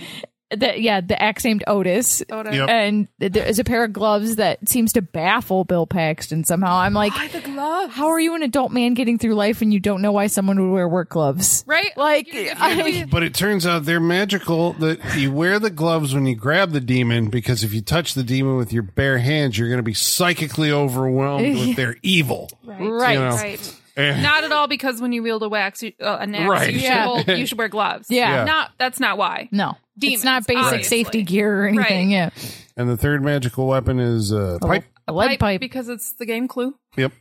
That yeah, the axe named Otis,
Otis.
Yep.
and there is a pair of gloves that seems to baffle Bill Paxton somehow. I'm like,
Why the gloves?
how are you an adult man getting through life and you don't know why someone would wear work gloves?
Right?
Like,
You- you-
I-
But it turns out they're magical that you wear the gloves when you grab the demon because if you touch the demon with your bare hands, you're going to be psychically overwhelmed with their evil.
Right.
You know.
Right.
And-
Not at all because when you wield a wax, you, uh, an axe,
Right.
you,
Yeah.
should hold, you should wear gloves.
Yeah. Yeah.
Not that's not why.
No,
Demons,
it's not basic
obviously.
safety gear or anything.
Right.
Yeah,
And the third magical weapon is uh,
Oh.
pipe.
a lead
Pipe,
pipe.
because it's the game clue.
Yep.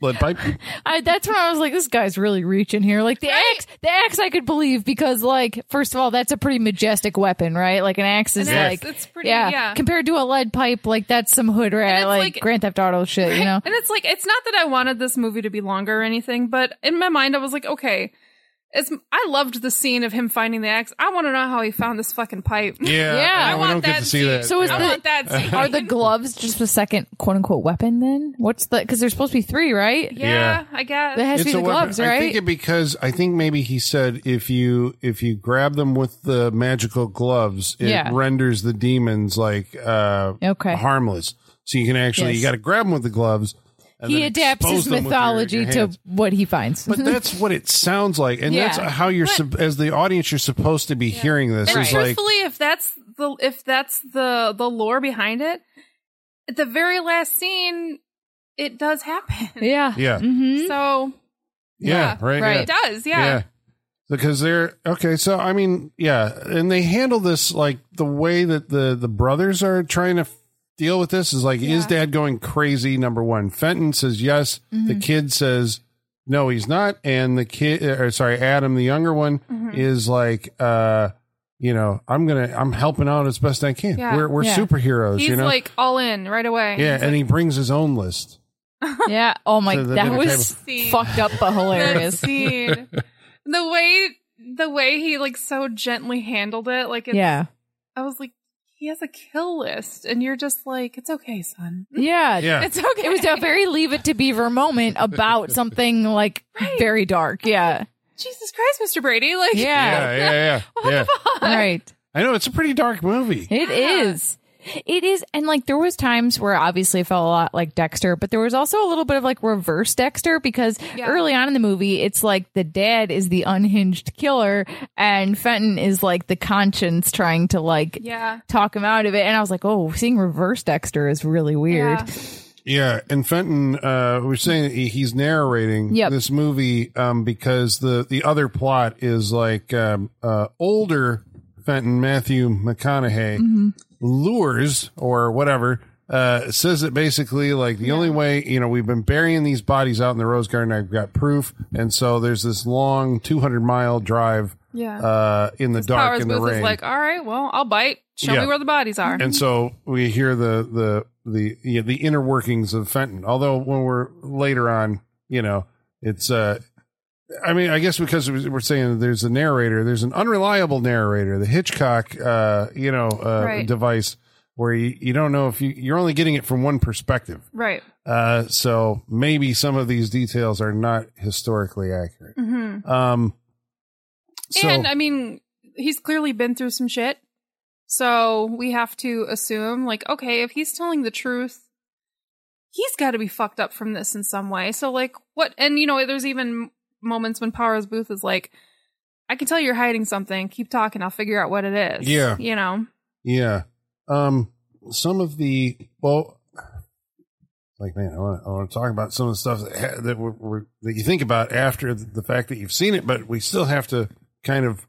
Lead pipe.
I, that's when I was like, this guy's really reaching here. Like the
Right.
axe, the axe I could believe because, like, first of all, that's a pretty majestic weapon, right? Like an axe is
An axe,
like,
it's pretty- yeah.
compared to a lead pipe, like that's some hood rat,
it's
like,
like-
Grand Theft Auto shit, you know?
And it's like it's not that I wanted this movie to be longer or anything, but in my mind I was like, okay, it's I loved the scene of him finding the axe. I want to know how he found this fucking pipe.
Yeah.
Yeah.
and
I
we
want
Oh, don't get
that
to see
scene.
that.
So is
yeah.
I
the-
want that scene.
Are the gloves just the second quote unquote weapon? Then what's the? Because there's supposed to be three, right?
yeah,
Yeah.
I guess.
That has to be the
a weapon.
gloves,
I
right?
think it because I think maybe he said if you if you grab them with the magical gloves, it
Yeah.
renders the demons like uh
Okay.
harmless. So you can actually you
Yes.
got to grab them with the gloves. and
he
then
adapts
expose
his
them with your-
mythology
your hands.
to what he finds.
But that's what it sounds like, and
Yeah.
that's how you're sup- as the audience you're supposed to be hearing this.
And
Is like
truthfully, if that's the if that's the the lore behind it, at the very last scene, it does happen.
yeah,
yeah,
hmm
So
yeah,
Yeah,
right,
right.
yeah.
it does, yeah.
Yeah. Because they're okay, so I mean, yeah, and they handle this like the way that the the brothers are trying to f- deal with this is like, is dad going crazy? Number one, Fenton says yes.
Mm-hmm.
The kid says no, he's not, and the kid, or sorry, Adam, the younger one,
Mm-hmm.
is like, uh, you know, I'm gonna, I'm helping out as best I can.
Yeah.
We're we're
Yeah.
superheroes,
He's
you know.
like all in right away.
yeah, and he brings his own list.
yeah. Oh my,
To the
that
dinner
was
table.
fucked up but
That
hilarious.
scene. the way the way he like so gently handled it, like it's,
yeah,
I was like, he has a kill list, and you're just like, it's okay, son.
yeah,
Yeah.
It's okay.
It was a very Leave It to Beaver moment about something like very dark. Yeah,
Jesus Christ, Mr. Brady. Like,
yeah,
yeah,
yeah. yeah. yeah.
right.
I know it's a pretty dark movie.
It is. It is. And like there was times where obviously it felt a lot like Dexter, but there was also a little bit of like reverse Dexter because
Yeah.
early on in the movie, it's like the dad is the unhinged killer and Fenton is like the conscience trying to like
yeah,
talk him out of it. And I was like, oh, seeing reverse Dexter is really weird.
Yeah.
Yeah, and Fenton, uh, we're saying that he- he's narrating
Yep.
this movie um, because the the other plot is like um, uh,
Mm-hmm.
older Fenton Matthew McConaughey lures or whatever uh, says that basically, like, the only way, you know, we've been burying these bodies out in the Rose Garden. I've got proof. And so there's this long 200 mile drive
Yeah.
uh, in the dark
Powers
in the
Booth
rain.
is like, all right, well, I'll bite. Show
Yeah.
me where the bodies are.
and so we hear the the the you know, the inner workings of Fenton. Although when we're later on, you know, it's uh, I mean, I guess because we- we're saying that there's a narrator, there's an unreliable narrator, the Hitchcock, uh, you know, uh,
Right.
device where you, you don't know if you you're only getting it from one perspective.
right.
Uh, so maybe some of these details are not historically accurate.
hmm
Um, so
and I mean, he's clearly been through some shit. So we have to assume, like, okay, if he's telling the truth, he's got to be fucked up from this in some way. So, like, what? And, you know, there's even moments when Powers Booth is like, I can tell you're hiding something. Keep talking. I'll figure out what it is.
Yeah.
You know?
Yeah. Um, some of the, well, like, man, I want to, I want to talk about some of the stuff that, ha- that we're, we're, that you think about after the fact that you've seen it, but we still have to kind of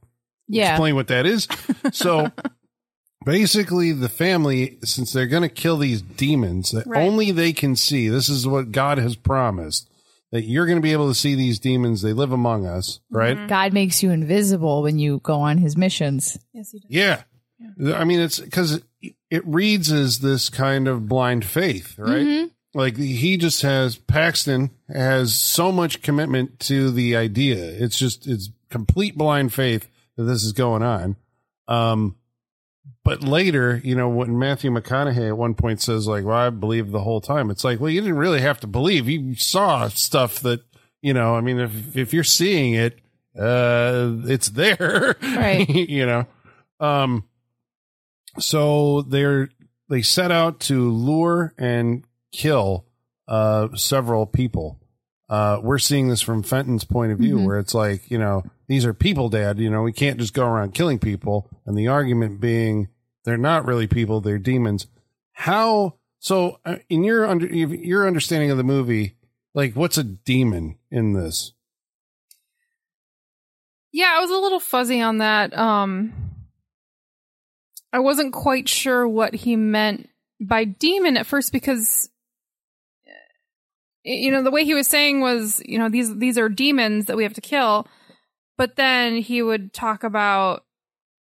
Yeah.
explain what that is. So basically, the family, since they're going to kill these demons that
Right.
only they can see, this is what God has promised that you're going to be able to see these demons. They live among us, right?
God makes you invisible when you go on his missions.
Yes, he does.
Yeah. I mean, it's because it reads as this kind of blind faith, right? Like he just has, Paxton has so much commitment to the idea. It's just, it's complete blind faith that this is going on. Um, but later, you know, when Matthew McConaughey at one point says, like, well, I believed the whole time, it's like, well, you didn't really have to believe. You saw stuff that, you know, I mean, if, if you're seeing it, uh, it's there,
Right.
you know? Um, so they're they set out to lure and kill uh several people. Uh, we're seeing this from Fenton's point of view,
Mm-hmm.
Mhm.
where it's like, you know, these are people, Dad. You know, we can't just go around killing people. And the argument being, they're not really people; they're demons. How? So, uh, in your under your understanding of the movie, like, what's a demon in this?
Yeah, I was a little fuzzy on that. Um I wasn't quite sure what he meant by demon at first because uh, you know the way he was saying was, you know, these these are demons that we have to kill. But then he would talk about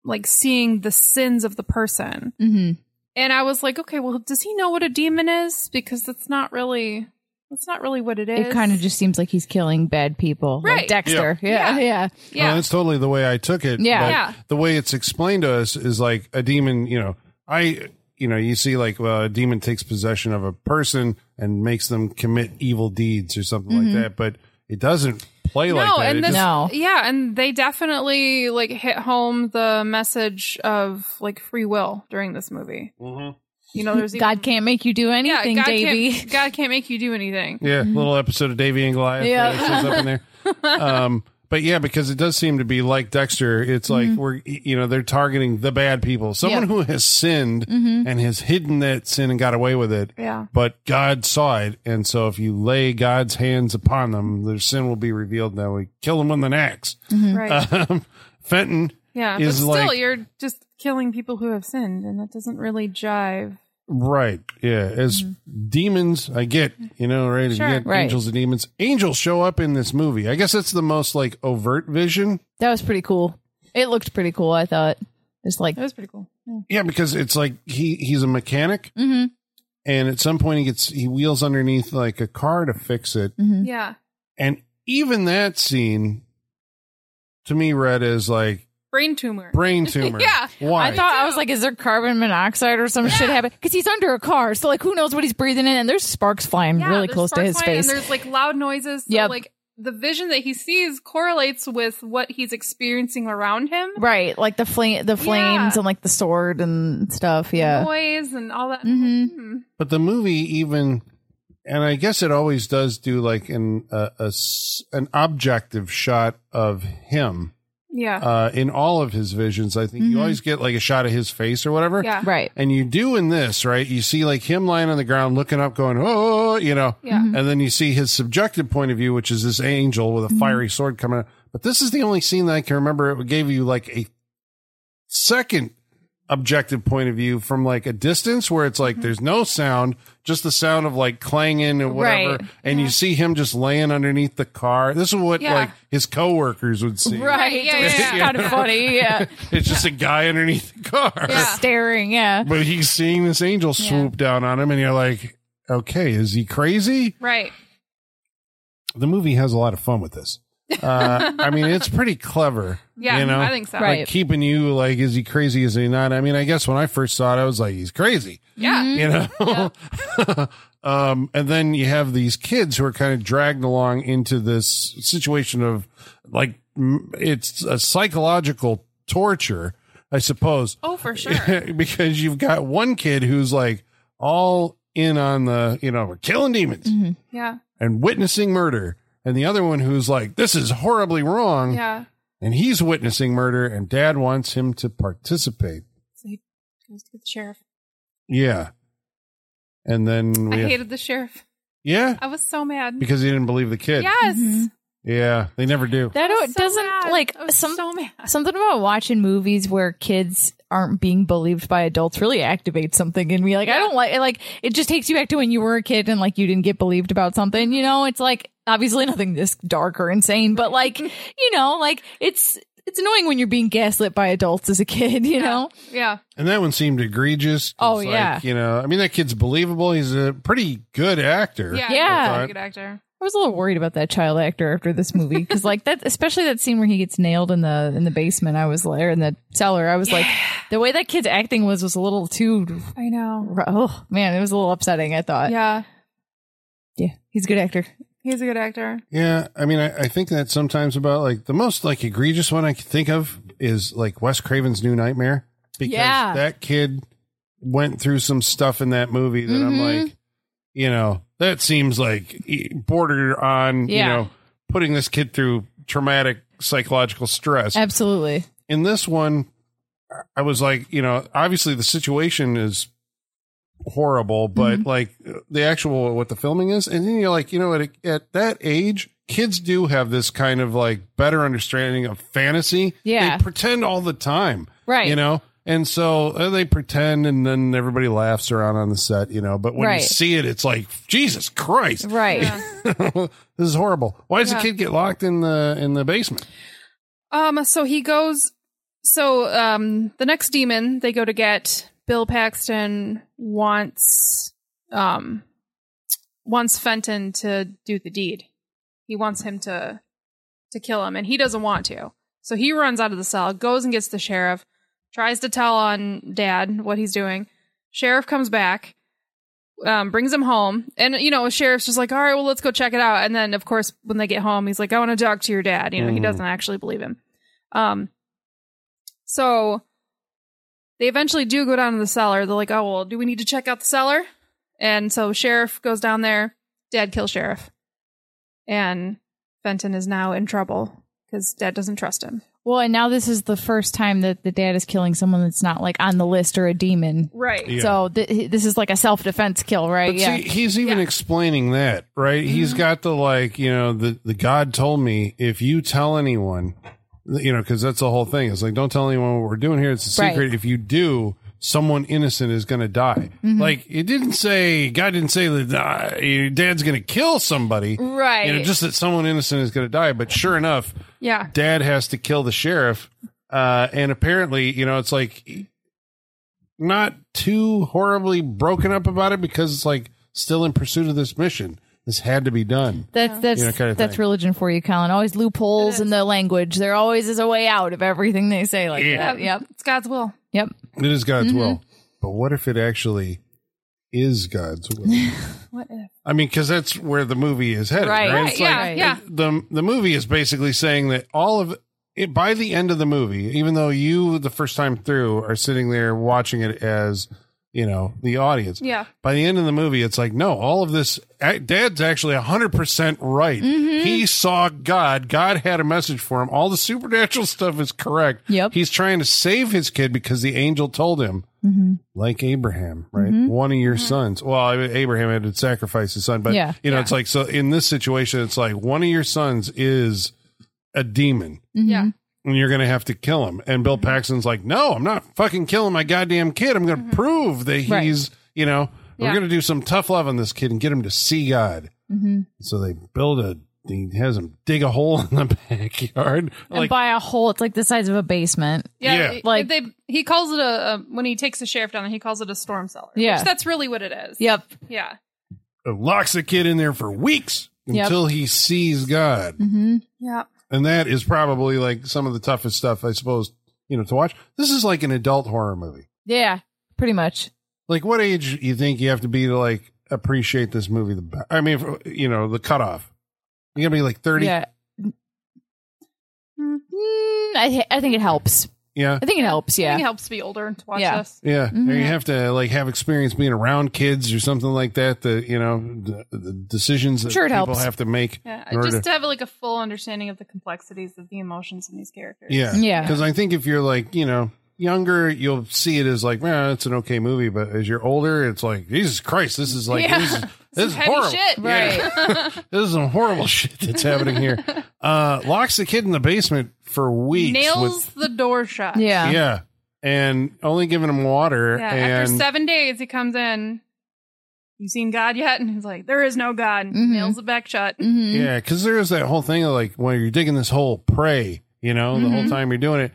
like seeing the sins of the person.
Mm-hmm.
And I was like, okay, well, does he know what a demon is? Because that's not really that's not really what it is.
It kind of just seems like he's killing bad people,
Right.
like Dexter. Yeah,
Yeah.
yeah.
Oh,
yeah.
that's totally the way I took it.
Yeah.
but
Yeah.
The way it's explained to us is like a demon, you know, I, you know, you see like well, a demon takes possession of a person and makes them commit evil deeds or something like that, but it doesn't play like that.
Mm-hmm. and
It
this,
just-
No.
yeah, and they definitely like hit home the message of like free will during this movie.
Mm-hmm.
You know, there's even-
God can't make you do
yeah,
anything,
God
Davey.
Can't, God can't make you do anything.
Yeah, little episode of Davy and Goliath
Mm-hmm. Yeah.
that shows up in there. Um, but yeah, because it does seem to be like Dexter. It's like we're you know they're targeting the bad people, someone
Mm-hmm. Yeah. Mm-hmm.
who has sinned and has hidden that sin and got away with it.
Yeah.
But God saw it, and so if you lay God's hands upon them, their sin will be revealed. Now we kill them with an axe.
Right.
Um, Fenton,
yeah. But
is
still,
like-
you're just killing people who have sinned, and that doesn't really jive.
right? Yeah, as demons, I get you know, right? You
Sure.
get
Mm-hmm. Right.
angels and demons. Angels show up in this movie. I guess that's the most like overt vision.
That was pretty cool. It looked pretty cool, I thought. It's like,
It was pretty cool.
Yeah, because it's like he he's a mechanic,
Mhm.
and at some point he gets he wheels underneath like a car to fix it,
Mm-hmm.
Yeah.
and even that scene to me read as like
Brain tumor.
brain tumor.
Yeah,
why?
I thought I was like, is there carbon monoxide or some shit happening? Because he's under a car, so like, who knows what he's breathing in? And there's sparks flying
Yeah,
really
there's
close to
sparks
his
flying,
face.
And there's like loud noises. So,
Yep.
like the vision that he sees correlates with what he's experiencing around him.
Right, like the flame, the flames, and like the sword and stuff. Yeah,
Noise and all that.
Mhm.
Hmm.
but the movie even, and I guess it always does do like an a a s an objective shot of him
Yeah.
uh, in all of his visions. I think you
Mhm.
always get like a shot of his face or whatever.
yeah.
right.
And you do in this, right? You see like him lying on the ground looking up, going, oh, you know.
Yeah.
And then you see his subjective point of view, which is this angel
Mm-hmm.
with a fiery sword coming out. But this is the only scene that I can remember it gave you like a second objective point of view from like a distance where it's
Mm-hmm.
like there's no sound, just the sound of like clanging and whatever.
Right.
And you see him just laying underneath the car. This is what
Yeah.
like his coworkers would see.
Right, yeah,
It's
yeah, yeah.
kind of funny. Yeah.
It's just a guy underneath the car.
Yeah.
Staring. Yeah.
But he's seeing this angel swoop down on him, and you're like, okay, is he crazy?
Right.
The movie has a lot of fun with this. Uh, I mean, it's pretty clever.
Yeah,
you know?
I think so.
Right.
Like keeping you like, is he crazy? Is he not? I mean, I guess when I first saw it, I was like, he's crazy.
Yeah.
Mm-hmm.
you know
Mm-hmm.
um and then you have these kids who are kind of dragged along into this situation of like m- it's a psychological torture i suppose
Oh, for sure.
because you've got one kid who's like all in on the you know we're killing demons
Mm-hmm.
yeah.
and witnessing murder and the other one who's like this is horribly wrong
Yeah.
and he's witnessing murder and dad wants him to participate
So he goes to the sheriff.
yeah and then we
I hated the sheriff.
yeah
I was so mad.
because he didn't believe the kid.
yes.
Mhm.
Yeah, they never do.
That
I was
don't-
so
doesn't
mad.
like
I was
some
so mad.
something about watching movies where kids aren't being believed by adults really activates something in me. Like I don't like like it just takes you back to when you were a kid and like you didn't get believed about something. You know, it's like obviously nothing this dark or insane, but like you know, like it's it's annoying when you're being gaslit by adults as a kid. You know,
Yeah.
And that one seemed egregious. 'cause,
Oh, yeah.
you know, I mean that kid's believable. He's a pretty good actor.
Yeah.
Yeah.
Very Good actor.
I was a little worried about that child actor after this movie because like that, especially that scene where he gets nailed in the in the basement. I was there in the cellar. I was like, the way that kid's acting was was a little too.
I know.
Oh man, it was a little upsetting. I thought.
Yeah.
Yeah, he's a good actor.
He's a good actor.
Yeah, I mean, I, I think that sometimes about like the most like egregious one I can think of is like Wes Craven's New Nightmare because
Yeah.
that kid went through some stuff in that movie that I'm
Mhm.
like, you know, that seems like e- border on
Yeah.
you know putting this kid through traumatic psychological stress.
Absolutely.
in this one, I was like, you know, obviously the situation is horrible, but
Mm-hmm.
like the actual what the filming is, and then you're like, you know, at at that age, kids do have this kind of like better understanding of fantasy.
Yeah.
they pretend all the time,
Right.
You know. And so uh, they pretend, and then everybody laughs around on the set, you know. But when
Right.
you see it, it's like Jesus Christ,
Right.
Yeah.
this is horrible. Why does
Yeah.
the kid get locked in the in the basement?
Um, so he goes. So um, the next demon they go to get Bill Paxton wants um wants Fenton to do the deed. He wants him to to kill him, and he doesn't want to. So he runs out of the cell, goes and gets the sheriff, tries to tell on Dad what he's doing. Sheriff comes back, um, brings him home, and you know, sheriff's just like, all right, well, let's go check it out. And then, of course, when they get home, he's like, I want to talk to your dad. You know, he
Mhm.
doesn't actually believe him. Um, so they eventually do go down to the cellar. They're like, oh well, do we need to check out the cellar? And so sheriff goes down there. Dad kills sheriff, and Fenton is now in trouble because dad doesn't trust him.
Well, and now this is the first time that the dad is killing someone that's not like on the list or a demon.
Right.
Yeah.
So th- this is like a self defense kill, right?
But
yeah.
see, he's even
Yeah.
explaining that, right? He's got the like, you know, the the God told me if you tell anyone, you know, because that's the whole thing. It's like don't tell anyone what we're doing here. It's a
Right.
secret. If you do, someone innocent is going to die. Like it didn't say God didn't say that uh, your dad's going to kill somebody.
Right.
You know, just that someone innocent is going to die. But sure enough,
yeah.
dad has to kill the sheriff uh and apparently you know it's like not too horribly broken up about it because it's like still in pursuit of this mission this had to be done
that's that's
You know, kinda
that's
thing.
religion for you, Colin. Always loopholes in the language. There always is a way out of everything they say. Like
Yeah.
that. Yep.
It's God's will.
Yep.
it is god's
Mm-hmm.
will but what if it actually is god's will
What if?
i mean because that's where the movie is headed right,
Right. Right,
It's like- mm-hmm.
yeah.
like-
yeah.
the the movie is basically saying that all of it by the end of the movie, even though you the first time through are sitting there watching it as you know the audience.
Yeah.
By the end of the movie, it's like no, all of this. a- Dad's actually hundred percent right.
Mm-hmm.
He saw God. God had a message for him. All the supernatural stuff is correct.
Yep.
He's trying to save his kid because the angel told him. Like Abraham, right?
Mm-hmm.
One of your sons. Well, I mean, Abraham had to sacrifice his son, but
Yeah.
you know, it's like so in this situation, it's like one of your sons is a demon,
Yeah.
and you're going to have to kill him. And
Mm-hmm.
Bill Paxton's like, no, I'm not fucking killing my goddamn kid. I'm going to prove that he's,
Mm-hmm. Right.
you know, we're
Yeah.
going to do some tough love on this kid and get him to see God.
hmm
So they build a, he has him dig a hole in the backyard.
and
Like,
by a hole, it's like the size of a basement.
Yeah.
Yeah,
Like-
like they he calls it a, a when he takes the sheriff down, there, he calls it a storm cellar.
Yeah.
which that's really what it is.
Yep.
yeah,
locks the kid in there for weeks
Yep.
until he sees God.
Mm-hmm.
yeah.
And that is probably like some of the toughest stuff, I suppose, you know, to watch. This is like an adult horror movie.
Yeah, pretty much.
Like, what age you think you have to be to like appreciate this movie? The be- I mean, if- you know, the cutoff. You gotta be like thirty. Yeah.
Yeah. Mm, I I think it helps.
Yeah.
I think it helps.
I
Yeah.
think it helps to be older to watch
Yeah.
this.
Or
Mm-hmm.
You have to like have experience being around kids or something like that. The you know the, the decisions that
Sure, it
people
helps.
have to make.
Yeah,
in order
just
to-
to have like a full understanding of the complexities of the emotions in these characters.
yeah,
Yeah.
Because I think if you're like you know younger, you'll see it as like, man, it's an okay movie. But as you're older, it's like Jesus Christ, this is like
Yeah.
this is this
Some
is
heavy
horrible.
shit.
Yeah. this is some horrible shit that's happening here. Uh, locks the kid in the basement for weeks.
Nails
with-
the door shut.
Yeah.
yeah, and only giving him water.
Yeah,
and
after seven days, he comes in. You seen God yet? And he's like, "There is no God." and
Mhm.
Nails it back shut.
Mhm.
yeah, because there is that whole thing of like when you're digging this hole, pray. You know, the whole
Mhm.
time you're doing it.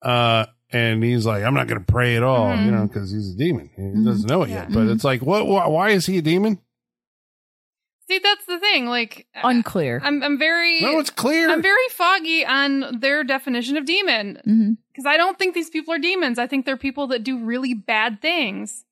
Uh, and he's like, I'm not going to pray at all. You
Mhm.
know, because he's a demon. He
Mhm.
doesn't know it yet.
Mm-hmm. Yeah.
But
Mhm.
it's like, what? Why, why is he a demon?
See, that's the thing. Like,
Unclear.
I'm I'm very
No, it's clear.
I'm very foggy on their definition of demon.
hmm
because I don't think these people are demons. I think they're people that do really bad things.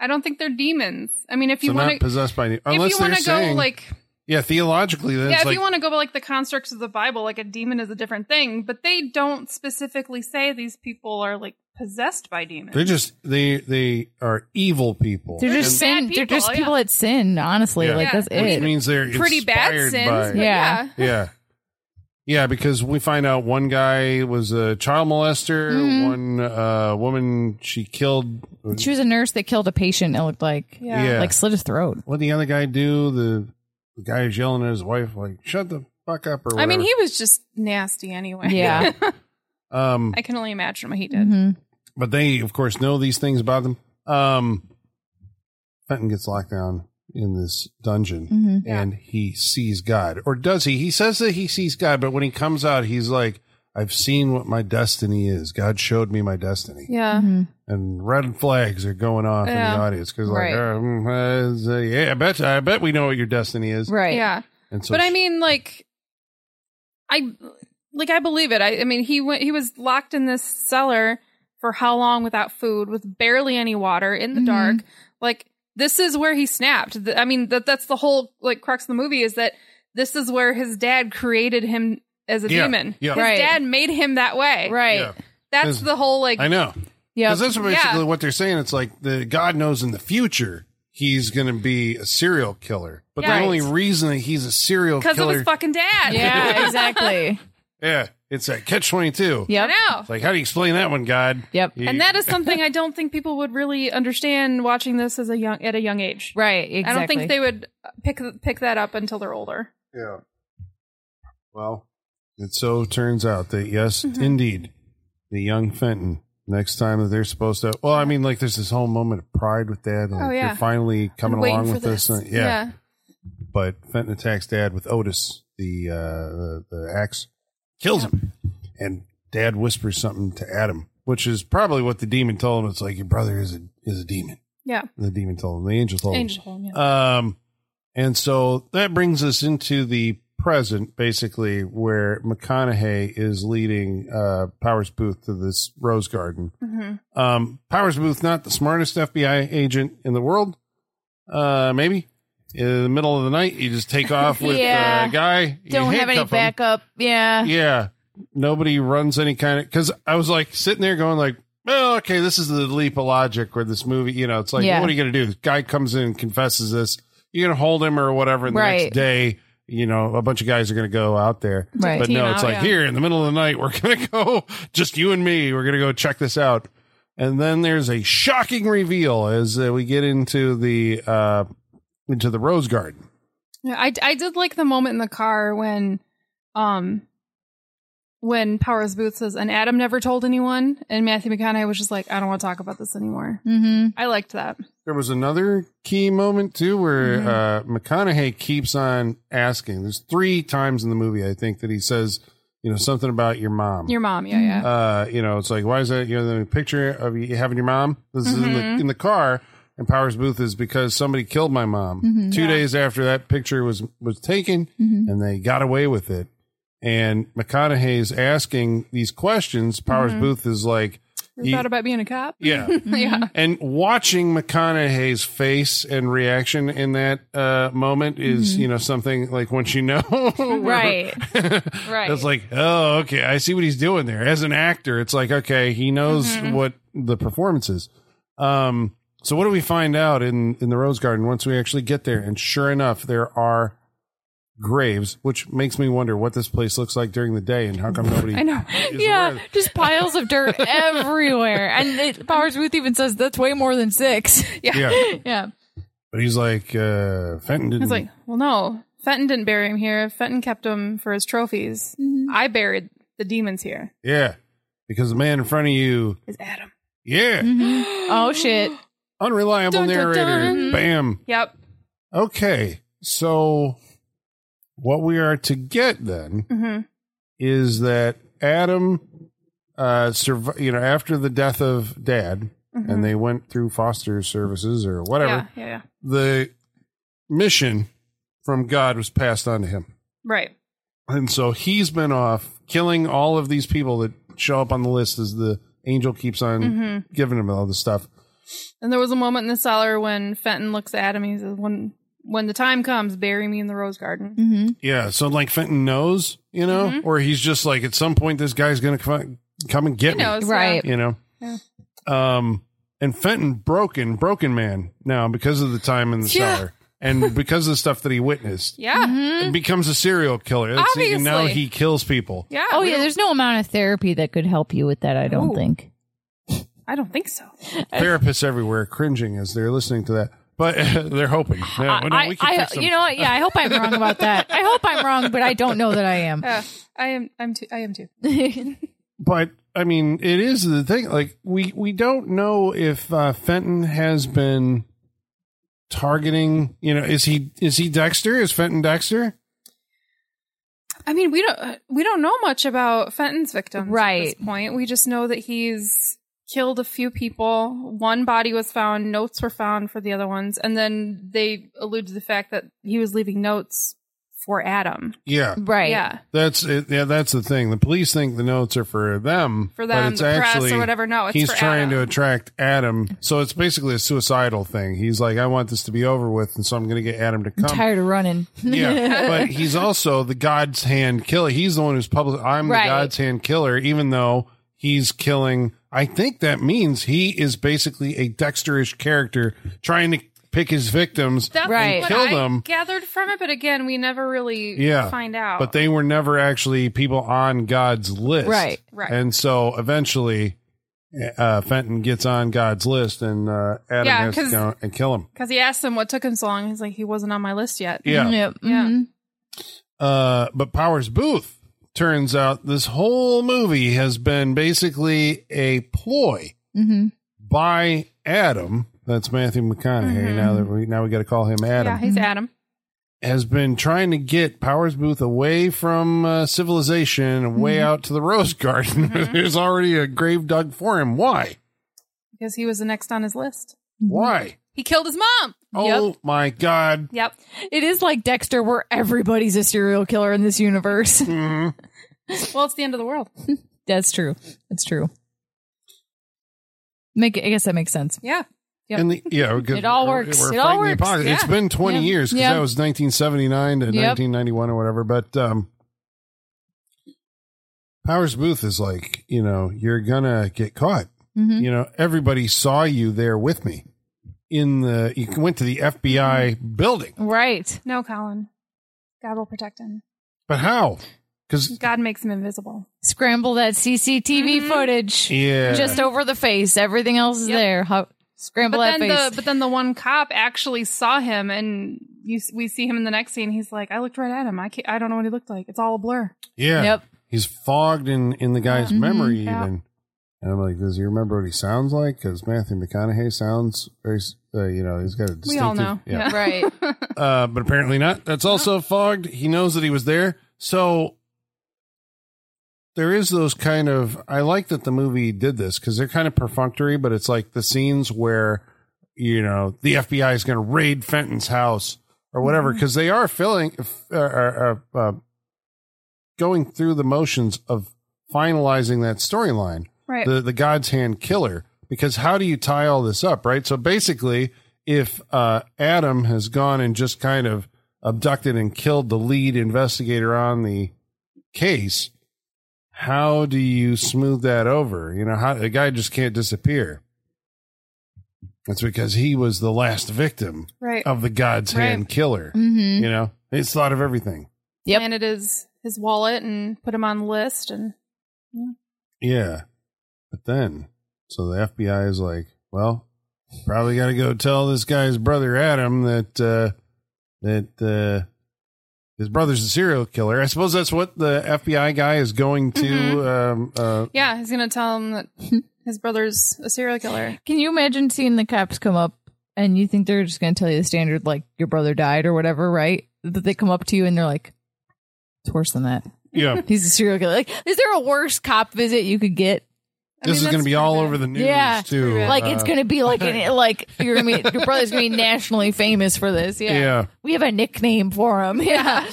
I don't think they're demons. I mean, if
so
you
not
want to,
possessed by any,
if
unless
you
they're
want to go
saying,
like,
yeah, theologically, then
yeah,
it's
if
like,
you want to go by like the constructs of the Bible, like a demon is a different thing. But they don't specifically say these people are like possessed by demons.
they're just they they are evil people.
They're
And-
just
Bad
sin. They're
people,
just
yeah.
people that sin. Honestly,
Yeah.
like that's
Yeah.
which
it.
means they're
pretty bad
inspired
sins.
by-
but
Yeah.
yeah.
yeah, yeah. Because we find out one guy was a child molester.
Mm-hmm.
Mhm.
One uh, woman she killed.
She was a nurse that killed a patient. It looked like,
Yeah.
Yeah.
like slit his throat.
What the other guy do? The, the guy is yelling at his wife like, "Shut the fuck up!" Or whatever.
I mean, he was just nasty anyway.
Yeah.
um,
I can only imagine what he did.
hmm
but they of course know these things about them. Um, Fenton gets locked down in this dungeon.
Mm-hmm.
hmm
and he sees God. Or does he? He says that he sees God, but when he comes out, he's like, I've seen what my destiny is. God showed me my destiny.
Yeah,
hmm
And red flags are going off in
Yeah.
the audience because, like,
Right.
um, uh, is, uh, yeah, I bet, I bet we know what your destiny is.
Right.
yeah.
And so
but I
she-
mean, like, I like I believe it. I, I mean, he went. He was locked in this cellar for how long without food, with barely any water, in the
Mhm.
dark. Like this is where he snapped. The- I mean, that that's the whole like crux of the movie is that this is where his dad created him as a
Yeah,
demon.
yeah.
His
Right.
dad made him that way.
Right.
Yeah.
That's
Is-
the whole like.
I know.
Yeah.
Because that's basically
Yeah.
what they're saying. It's like the God knows in the future he's going to be a serial killer. But
Yeah.
the only
Right.
reason that he's a serial
Because of
killer,
his fucking dad.
Yeah. Exactly.
yeah, it's that catch twenty two.
I
Yep.
know.
It's like how do you explain that one, God?
Yep.
You-
And that is something I don't think people would really understand watching this as a young at a young age.
Right. Exactly.
I don't think they would pick pick that up until they're older.
Yeah. Well, it so turns out that yes,
Mhm.
indeed, the young Fenton. Next time that they're supposed to, well, I mean, like there's this whole moment of pride with Dad, and
Oh, yeah.
you're finally coming
Waiting
along
for
with this. and- yeah.
yeah,
but Fenton attacks Dad with Otis, the uh, the, the axe, kills him, and Dad whispers something to Adam, which is probably what the demon told him. It's like your brother is a is a demon.
yeah.
The demon told him. The angel told him.
Angel Home, yeah.
Um, and so that brings us into the present, basically, where McConaughey is leading uh, Powers Booth to this Rose Garden.
Mhm.
Mm-hmm.
Um, Powers Booth, not the smartest FBI agent in the world, uh, maybe. In the middle of the night, you just take off with
Yeah.
the guy. you
don't have any
handcuff him.
backup. Yeah.
Yeah, nobody runs any kind of. Because I was like sitting there going like, "Well, okay, this is the leap of logic where this movie, you know, it's like,
Yeah.
what are you going to do? This guy comes in and confesses this. You're going to hold him or whatever. And the
Right.
next day, you know, a bunch of guys are going to go out there.
Right.
But no,
Team
it's
out,
like
yeah.
here in the middle of the night, we're going to go just you and me. We're going to go check this out. And then there's a shocking reveal as uh, we get into the uh into the rose garden.
Yeah, I I did like the moment in the car when, um, when Powers Booth says, and Adam never told anyone, and Matthew McConaughey was just like, I don't want to talk about this anymore.
Mm-hmm.
I liked that.
There was another key moment too where
Mm-hmm.
uh, McConaughey keeps on asking. There's three times in the movie I think that he says, you know, something about your mom.
Your mom, yeah, yeah.
uh, you know, it's like why is that? You know, the picture of you having your mom. This is in the
Mhm.
in the car. And Powers Booth is because somebody killed my mom
Mhm.
two
Mm-hmm. Yeah. Mm-hmm.
days after that picture was was taken,
Mhm.
and they got away with it. And McConaughey's asking these questions. Powers
Mm-hmm.
Booth is like,
You
he-
thought about being a cop?
yeah,
yeah.
and watching McConaughey's face and reaction in that uh, moment is, you know, something like once you know,
Mm-hmm. Right.
right.
Right.
It's like, oh, okay, I see what he's doing there. As an actor, it's like, okay, he knows
Mm-hmm.
what the performance is. Um, so what do we find out in in the Rose Garden once we actually get there? And sure enough, there are graves, which makes me wonder what this place looks like during the day and how come nobody.
I know.
is aware
Yeah,
of-
just piles of dirt everywhere. And it, Powers Booth even says that's way more than six. Yeah.
Yeah,
Yeah.
but he's like uh, Fenton didn't.
It's like, well, no, Fenton didn't bury him here. Fenton kept him for his trophies. I buried the demons here.
Yeah. Because the man in front of you,
Is Adam?
yeah,
Oh, shit.
unreliable
Dun, dun,
narrator.
dun.
Bam.
Yep.
Okay. So what we are to get then
hmm
is that Adam uh surv- you know after the death of dad and they went through foster services or whatever,
Mm-hmm. Yeah, yeah, yeah.
the mission from God was passed on to him.
Right.
And so he's been off killing all of these people that show up on the list as the angel keeps on
Mm-hmm.
giving him all this stuff.
And there was a moment in the cellar when Fenton looks at him. He says, "When when the time comes, bury me in the rose garden."
Mm-hmm.
Yeah, so like Fenton knows, you know, or he's just like at some point this guy's gonna come come and get
He knows, yeah.
Right.
me, you know.
Yeah.
Um, and Fenton broken, broken man now because of the time in the
Yeah. Mm-hmm.
cellar and because of the stuff that he witnessed,
Yeah.
It becomes a serial killer. That's it. And now
Obviously.
he kills people.
Yeah.
Oh,
we
yeah.
don't-
There's no amount of therapy that could help you with that, I don't
Ooh.
think.
I don't think so.
Therapists everywhere cringing as they're listening to that, but they're hoping. No, no, we can
I,
fix them.
you know what? Yeah, I hope I'm wrong about that. I hope I'm wrong, but I don't know that I am.
Yeah. I am. I'm too. I am too.
but I mean, it is the thing. Like we we don't know if uh, Fenton has been targeting. You know, is he is he Dexter? Is Fenton Dexter?
I mean, we don't. We don't know much about Fenton's victims
Right.
at this point. We just know that he's killed a few people. One body was found. Notes were found for the other ones, and then they allude to the fact that he was leaving notes for Adam.
Yeah,
right.
Yeah.
that's it. Yeah, that's the thing. The police think the notes are for them,
For
but
them,
it's
the press,
actually
or whatever. No, it's
he's
for
trying
Adam.
to attract Adam, so it's basically a suicidal thing. He's like, I want this to be over with, and so I'm going to get Adam to come.
I'm tired of running.
Yeah, but he's also the God's hand killer. He's the one who's public. I'm the
Right.
God's hand killer, even though he's killing. I think that means he is basically a Dexterish character trying to pick his victims.
That's
Right.
what
Kill
I
them.
gathered from it, but again, we never really
yeah,
find out.
But they were never actually people on God's list,
Right.
Right.
And so eventually, uh, Fenton gets on God's list, and uh, Adam
Yeah,
has to
'cause-
go and kill him.
because he asked him what took him so long, he's like, he wasn't on my list yet.
Yeah,
Yep.
Yeah.
Mhm.
Uh, but Powers Booth turns out this whole movie has been basically a ploy
Mhm.
by Adam. That's Matthew McConaughey. Now that we now we got to call him Adam
Yeah, he's
Mm-hmm.
Adam.
has been trying to get Powers Booth away from uh, civilization, and way out to the Rose Garden. There's already a grave dug for him. Why?
Because he was the next on his list.
Mm-hmm.
Why?
He killed his mom.
Oh my God!
Yep.
It is like Dexter, where everybody's a serial killer in this universe.
Mhm.
Well, it's the end of the world.
That's true. That's true. Make I guess that makes sense.
Yeah. Yep.
And the, yeah, we're good.
It all
We're-
works.
we're
It all
fighting the
works.
apocalypse. It's
Yeah.
been 20
Yeah.
years because
Yeah.
that was 1979 to
Yep.
1991 or whatever. But um, Powers Booth is like, you know, you're gonna get caught.
Mhm.
You know, everybody saw you there with me in the. You went to the FBI building,
Right.
No, Colin. God will protect him.
but how? Because
God makes him invisible.
Scramble that CCTV footage.
yeah,
Just over the face. Everything else is
Yep.
there. How,
But
scramble that
then
face.
the but then the one cop actually saw him, and you s- we see him in the next scene. He's like, I looked right at him. I can't, I don't know what he looked like. It's all a blur.
yeah.
Yep.
he's fogged in in the guy's memory
Mm-hmm. yeah.
even. And I'm like, does he remember what he sounds like? Because Matthew McConaughey sounds very, s- uh, you know, he's got a distinctive.
We all know.
yeah.
Right.
Uh, but apparently not. That's also fogged. He knows that he was there. So there is those kind of. I like that the movie did this because they're kind of perfunctory, but it's like the scenes where, you know, the FBI is going to raid Fenton's house or whatever because they are filling, uh, uh, uh, uh, going through the motions of finalizing that storyline
Right.
the the God's hand killer. Because how do you tie all this up, right? So basically, if uh, Adam has gone and just kind of abducted and killed the lead investigator on the case, how do you smooth that over? You know, how the guy just can't disappear. That's because he was the last victim
right.
of the God's
Right.
hand killer.
Mm-hmm.
You know, it's thought of everything.
Yep.
Planted his his wallet and put him on the list and
Yeah. But then, so the FBI is like, well, probably got to go tell this guy's brother Adam that uh, that uh, his brother's a serial killer. I suppose that's what the FBI guy is going to. Um,
Mm-hmm.
uh,
yeah, he's gonna tell him that his brother's a serial killer.
Can you imagine seeing the cops come up and you think they're just going to tell you the standard, like your brother died or whatever, right? That they come up to you and they're like, it's worse than that.
yeah,
He's a serial killer. Like, is there a worse cop visit you could get?
I mean,
this is going
that's
to be
pretty
all
bad.
over the news
Yeah.
too.
Like, it's
Uh,
going to be like, an, like you're gonna be, your brother's going to be nationally famous for this. Yeah.
Yeah.
We have a nickname for him. Yeah.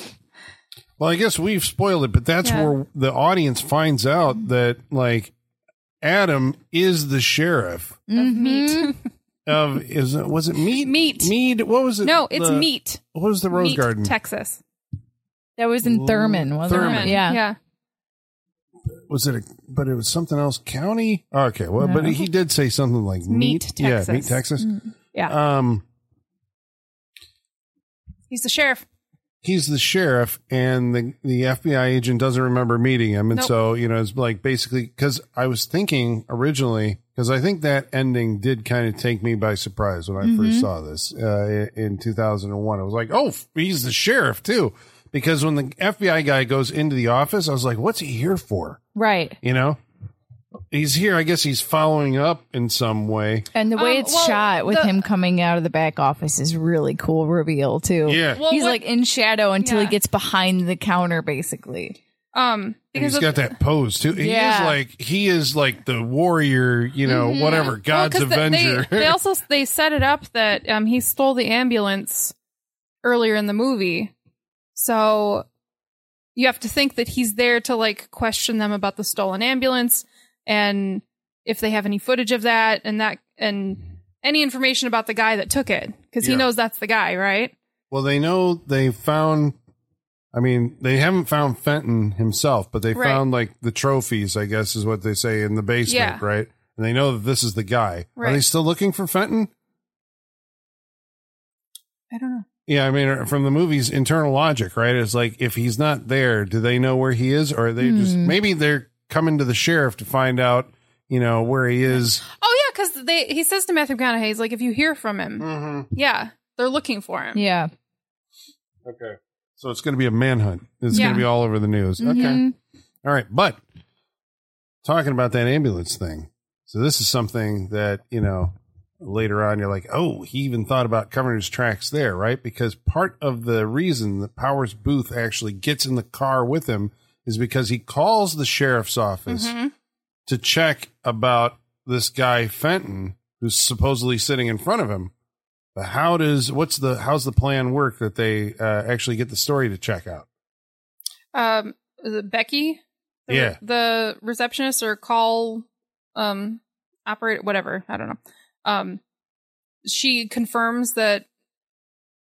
Well, I guess we've spoiled it, but that's
Yeah.
where the audience finds out that like Adam is the sheriff
Of meat.
of is it- was it Mead?
Mead.
Mead. What was it?
no, it's
The-
meat.
What was the Rose
Meat,
Garden?
Texas.
That was in Thurman, wasn't
Thurman.
it? Yeah.
Yeah.
was it a but it was something else county okay well but
No.
he did say something like meat,
Meat,
yeah
Texas. Mm-hmm.
meat texas
Yeah.
um
He's the sheriff.
he's the sheriff and the the fbi agent doesn't remember meeting him and
Nope.
so you know it's like basically because i was thinking originally because i think that ending did kind of take me by surprise when i
Mm-hmm.
first saw this uh, i- in 2001 i was like oh f- he's the sheriff too because when the fbi guy goes into the office i was like what's he here for
Right.
you know he's here i guess he's following up in some way
And the way
Um,
it's
well,
shot with
the-
him coming out of the back office is really cool reveal too.
yeah
Well,
He's
what-
like in shadow until he
Yeah.
gets behind the counter basically.
um
and
because
he's
of-
got that pose too he is
Yeah.
like he is like the warrior you know whatever
Mm-hmm. Well,
god's
'cause they-
avenger
They, they also they set it up that um he stole the ambulance earlier in the movie, so you have to think that he's there to like question them about the stolen ambulance and if they have any footage of that and that and any information about the guy that took it because
Yeah.
he knows that's the guy, right?
well they know they found i mean they haven't found fenton himself but they
Right.
found like the trophies i guess is what they say in the basement
Yeah.
right and they know that this is the guy are
Right.
they still looking for fenton
I don't know.
yeah, I mean, from the movie's internal logic, right? It's like if he's not there, do they know where he is, or are they just
Hmm.
maybe they're coming to the sheriff to find out, you know, where he is?
Oh yeah, because they he says to Matthew McConaughey, he's like, if you hear from him,
Mm-hmm.
yeah, they're looking for him.
Yeah.
Okay, so it's going to be a manhunt. It's going
Yeah. Mm-hmm.
to be all over the news. Okay,
Mhm.
all right, but talking about that ambulance thing, so this is something that you know later on you're like, oh, he even thought about covering his tracks there, right? Because part of the reason that Powers Booth actually gets in the car with him is because he calls the sheriff's office
Mhm.
to check about this guy Fenton who's supposedly sitting in front of him. But how does what's the how's the plan work that they uh, actually get the story to check out?
um is it Becky? The,
Yeah.
The receptionist or call um operator whatever, I don't know. Um she confirms that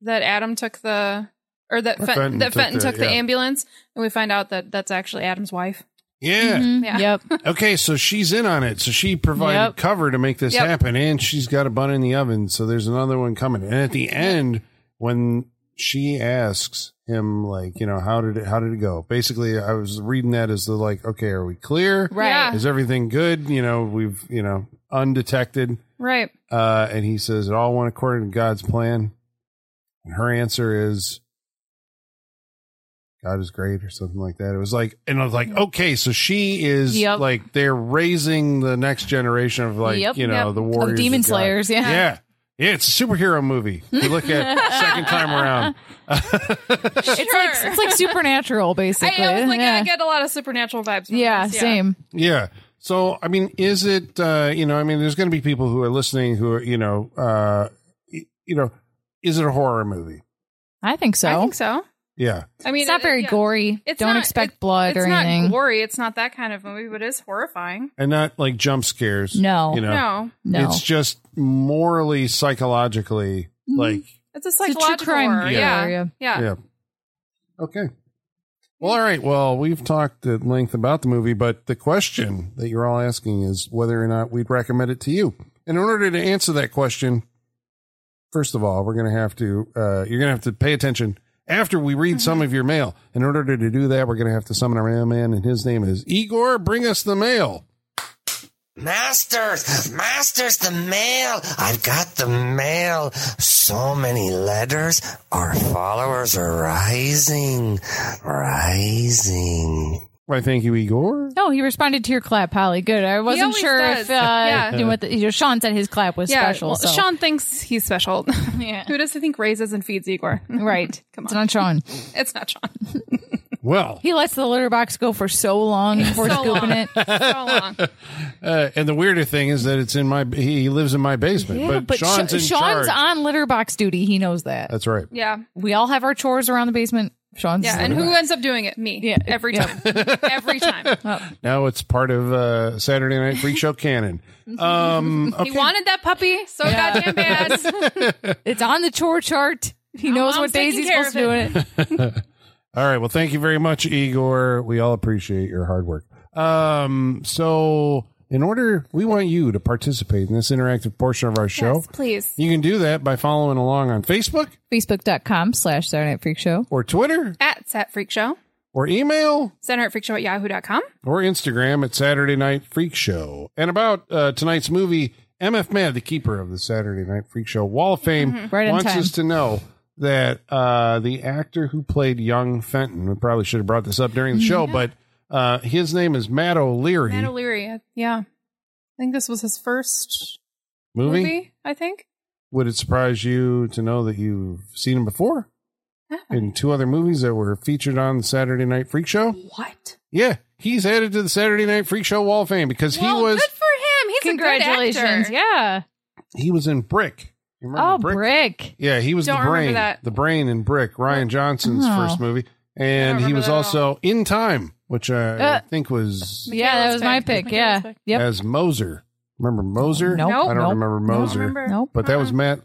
that Adam took the or that
Or
Fenton,
Fenton
that
took
Fenton
the-
took the
yeah.
ambulance and we find out that that's actually Adam's wife.
Yeah.
Mhm.
Yeah.
Yep.
Okay, so she's in on it. So she provided
Yep.
cover to make this
Yep.
happen, and she's got a bun in the oven. So there's another one coming. And at the end, when she asks him, like, you know, how did it how did it go? Basically, I was reading that as the like, okay, are we clear?
Right.
Yeah.
Is everything good? You know, we've you know undetected.
Right.
Uh, and he says it all went according to God's plan. And her answer is, God is great or something like that. It was like, and I was like, okay, so she is
Yep.
like they're raising the next generation of like
Yep,
you know
yep.
the
Of
warriors,
demon
of God.
slayers, yeah.
yeah, yeah. It's a superhero movie. If You look at it second time around.
It's like it's like supernatural,
I,
basically.
I was like,
yeah.
I get a lot of supernatural vibes. From
yeah,
this.
same.
Yeah. So I mean, is it uh, you know? I mean, there's going to be people who are listening who are you know, uh, y- you know, is it a horror movie?
I think so.
I think so.
Yeah.
I mean,
it's not
it-
very
yeah.
gory.
It's
Don't
not-
expect
it-
blood
It's
or
not
anything.
gory. It's not that kind of movie, but it's horrifying.
and not like jump scares.
No.
you know,
No,
no.
it's just morally, psychologically,
Mm-hmm.
like
It's
it's a
a
Mm-hmm. psychological
true crime
horror. Yeah. yeah,
horror,
yeah. Okay. Well, all right. Well, we've talked at length about the movie, but the question that you're all asking is whether or not we'd recommend it to you. And in order to answer that question, first of all, we're going to have to uh, you're going to have to pay attention after we read some of your mail. In order to, to do that, we're going to have to summon our mailman, and his name is Igor. Bring us the mail.
Masters, masters, the mail. I've got the mail. So many letters. Our followers are rising, rising.
Why, thank you, Igor.
No, he responded to your clap, Holly. Good. I wasn't
always
sure if
does.
uh,
Yeah.
you know what the, you know, Sean said his clap was
Yeah,
special.
well,
so.
Sean thinks he's special.
Yeah.
Who does he think raises and feeds Igor?
right?
Come
It's
on.
not Sean.
It's not Sean.
Well,
He lets the litter box go for so long before
so
scooping
long.
it.
So long.
Uh, and the weirder thing is that it's in my he lives in my basement,
Yeah,
but,
but
Sean's
Sha-
in charge. Uh,
Sean's on litter box duty. He knows that.
That's right.
Yeah,
we all have our chores around the basement. Sean's
yeah. And who ends up doing it? Me.
Yeah.
every time. Every time.
Now it's part of uh, Saturday Night Freak Show canon. Um,
He wanted that puppy so goddamn bad.
it's on the chore chart. He knows
mom's
what days
Oh, taking
he's
care
supposed to do
of
it.
All right. Well, thank you very much, Igor. We all appreciate your hard work. Um, so, in order, we want you to participate in this interactive portion of our show.
Yes, please.
You can do that by following along on Facebook
Facebook.com slash Saturday Night Freak Show.
or Twitter
At Sat Freak Show.
or email
Center at freakshow at yahoo.com.
or Instagram at Saturday Night Freak Show. And about uh, tonight's movie, MF Mad, the keeper of the Saturday Night Freak Show Wall of Fame,
Mm-hmm. Right on
wants
time.
us to know that uh, the actor who played young Fenton, we probably should have brought this up during the show,
Mm-hmm.
but uh, his name is Matt O'Leary.
Matt O'Leary. Yeah. I think this was his first
movie?
movie, I think.
Would it surprise you to know that you've seen him before
Ah.
in two other movies that were featured on the Saturday Night Freak Show?
What?
Yeah, he's added to the Saturday Night Freak Show Wall of Fame because
well,
he was
good for him. He's a great
Congratulations.
actor.
Yeah.
he was in Brick. You remember
oh, Brick.
Yeah, he was
Don't
the
remember
brain,
that.
the brain in Brick, Ryan Johnson's
Oh.
first movie, and he
remember
was
that at
also in Time, which I
Uh,
think was
Yeah, that
Michaela's
was my
pick.
pick. Yeah.
Michaela's pick.
Yep.
as Moser. Remember Moser?
Nope.
I don't
Nope.
remember
Nope.
Moser,
remember.
Nope.
but that was Matt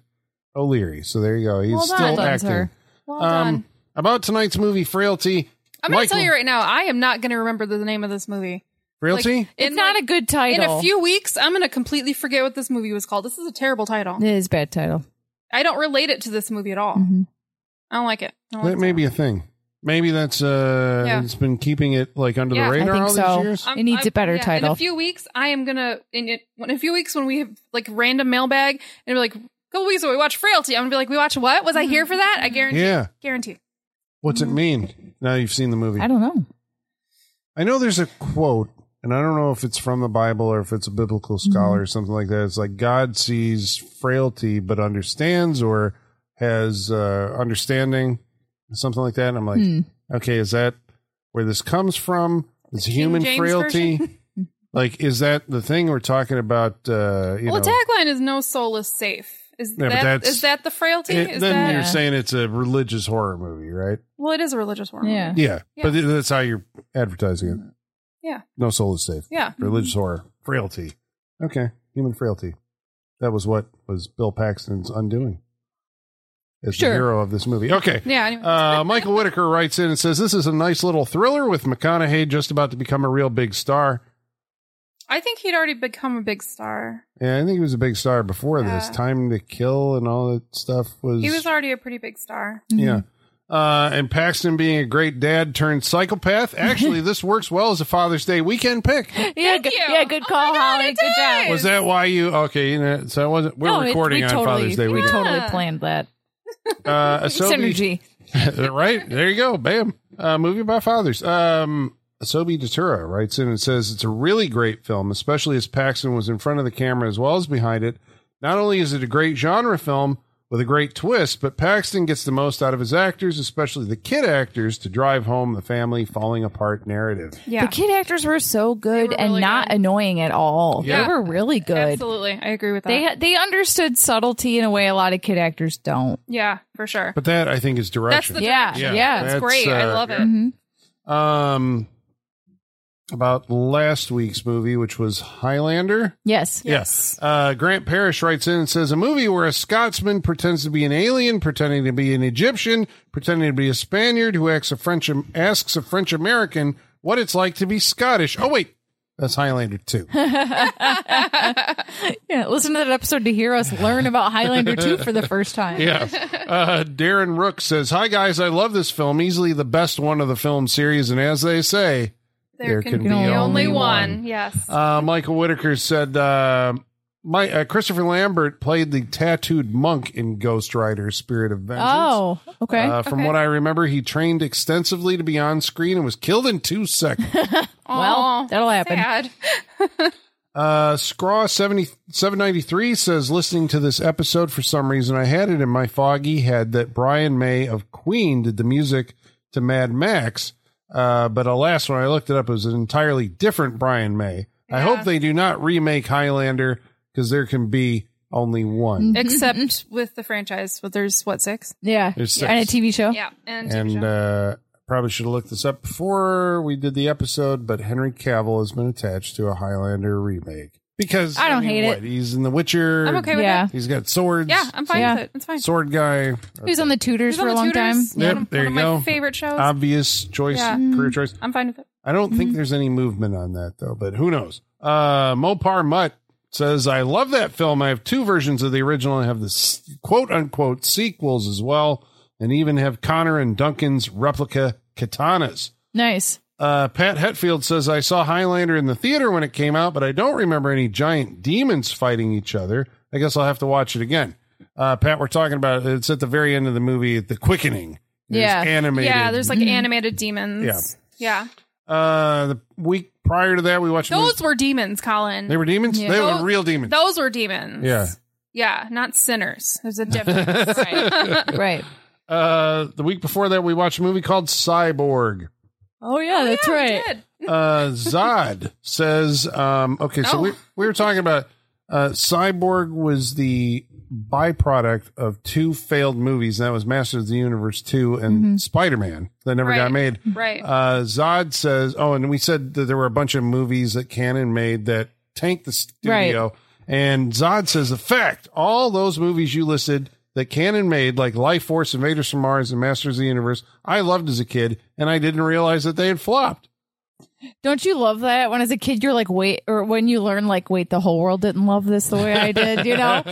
O'Leary. So there you go. He's
Uh-uh. Well done.
still
Well done,
acting.
sir.
Well
Um,
done.
about tonight's movie, Frailty.
I'm going to
Michael-
tell you right now, I am not going to remember the name of this movie. Like,
Frailty.
in,
It's not
like,
a good title.
In a few weeks, I'm going to completely forget what this movie was called. This is a terrible title.
It is a bad title.
I don't relate it to this movie at all.
Mhm.
I don't like it. I don't
that
like
may
it.
be a thing. Maybe that's uh,
Yeah.
it's been keeping it like under
Yeah, I
the radar
think
all
so.
these years.
It needs a better
In
title.
a few weeks, I am gonna in, it, in a few weeks when we have like random mailbag and we're like, couple weeks ago we watch Frailty. I'm gonna be like, we watch what? Was I here
Mm-hmm.
for that? I guarantee.
Yeah.
Guarantee.
What's it mean? Now you've seen the movie.
I don't know.
I know there's a quote, and I don't know if it's from the Bible or if it's a biblical scholar
Mm-hmm.
or something like that. It's like God sees frailty but understands or has uh, understanding, something like that. And I'm like,
Hmm.
okay, is that where this comes from? Is
King
human
James
frailty? like, is that the thing we're talking about? Uh, you
Well,
know,
the tagline is "No soul is safe." Is
Yeah, but
that
that's-
is that the frailty?
it-
Is
then
that
you're
Yeah.
saying it's a religious horror movie, right?
well? It is a religious horror. movie.
Yeah.
Yeah,
Uh-huh. Yeah.
but th- that's how you're advertising it.
Yeah.
No soul is safe.
yeah.
religious horror, frailty. Okay, human frailty. That was what was Bill Paxton's undoing. As
Sure.
the hero of this movie. Okay.
Yeah, anyway.
Uh, Michael Whitaker writes in and says, This is a nice little thriller with McConaughey just about to become a real big star.
I think he'd already become a big star.
Yeah, I think he was a big star before this.
Yeah.
Time to Kill and all that stuff was.
He was already a pretty big star.
Yeah. Uh, and Paxton being a great dad turned psychopath. Actually, this works well as a Father's Day weekend pick.
Yeah,
Thank
good,
you.
yeah, good
Oh
call,
my God,
Holly.
it
Good job.
did.
Was that why you? Okay, you know, so I wasn't. We're
it-
recording
we
on
totally,
Father's Day
We
weekend.
totally planned that.
Uh, Asobi,
Synergy.
right there you go, bam. Uh, movie about fathers. Um, Sobi Datura writes in and says it's a really great film, especially as Paxton was in front of the camera as well as behind it. Not only is it a great genre film with a great twist, but Paxton gets the most out of his actors, especially the kid actors, to drive home the family falling apart narrative.
Yeah.
The kid actors were so good
were
and
really
not
good.
annoying at all.
Yeah.
They were really good.
Absolutely. I agree with that.
They they understood subtlety in a way a lot of kid actors don't.
yeah, for sure.
But that I think is direction.
the-
Yeah,
Yeah.
yeah.
That's,
That's,
great. I
uh,
love it.
Mhm.
um, about last week's movie, which was Highlander.
Yes.
Yes. Uh, Grant Parrish writes in and says a movie where a Scotsman pretends to be an alien, pretending to be an Egyptian, pretending to be a Spaniard who asks a French asks a French American what it's like to be Scottish. Oh wait, that's Highlander too.
Yeah, listen to that episode to hear us learn about Highlander 2 for the first time.
yeah. Uh, Darren Rook says, "Hi guys, I love this film. Easily the best one of the film series, and as they say." There can be
only
one.
Yes.
Uh, Michael Whitaker said, uh, my, uh, Christopher Lambert played the tattooed monk in Ghost Rider Spirit of Vengeance.
Oh, okay.
Uh, from
Okay.
what I remember, he trained extensively to be on screen and was killed in two seconds.
well,
Aw,
that'll happen.
sad.
uh, Scraw 70, 793 says, listening to this episode for some reason, I had it in my foggy head that Brian May of Queen did the music to Mad Max. Uh, but alas, when I looked it up, it was an entirely different Brian May. I hope they do not remake Highlander because there can be only one.
Except with the franchise, but there's what six?
Yeah.
There's six.
And a TV show.
Yeah, and, TV
and
show.
uh, probably should have looked this up before we did the episode. But Henry Cavill has been attached to a Highlander remake because
I don't hate it.
He's in The Witcher.
I'm okay with
Yeah.
that.
He's got swords.
Yeah, I'm fine
Yeah.
with it. It's fine.
Sword guy.
He was on the Tutors
He's on
for a
The
long time.
Tudors.
Yep,
One of-
there
one
you
of my
go.
favorite shows.
Obvious choice,
Yeah. Mm-hmm.
career choice.
I'm fine with it.
I don't think there's any movement on that though, but who knows? Uh, Mopar Mutt says, I love that film. I have two versions of the original and have the s- quote unquote sequels as well, and even have Connor and Duncan's replica katanas.
Nice.
Uh, Pat Hetfield says, I saw Highlander in the theater when it came out, but I don't remember any giant demons fighting each other. I guess I'll have to watch it again. Uh, Pat, we're talking about it's at the very end of the movie, The Quickening. There's
Yeah.
Animated.
Yeah, there's like
Mm-hmm.
animated demons. Yeah. Yeah.
uh, the week prior to that, we watched. a movie-
Those were demons, Colin.
They were demons?
Yeah.
They were
Those-
real demons.
Those were demons.
Yeah.
Yeah, not sinners. There's a difference.
right.
Uh, the week before that, we watched a movie called Cyborg.
Oh, yeah, that's
Yeah, we
right.
did.
uh, Zod says, um, okay, so
Oh.
we, we were talking about uh, Cyborg was the byproduct of two failed movies. And that was Masters of the Universe 2 and Spider Man that never got
Mm-hmm. Right.
made.
Right.
Uh, Zod says, oh, and we said that there were a bunch of movies that Canon made that tanked the studio. And Zod says, the fact, all those movies you listed that Canon made, like Life Force, Invaders from Mars, and Masters of the Universe, I loved as a kid, and I didn't realize that they had flopped.
Don't you love that? When as a kid, you're like, wait, or when you learn, like, wait, the whole world didn't love this the way I did, you know?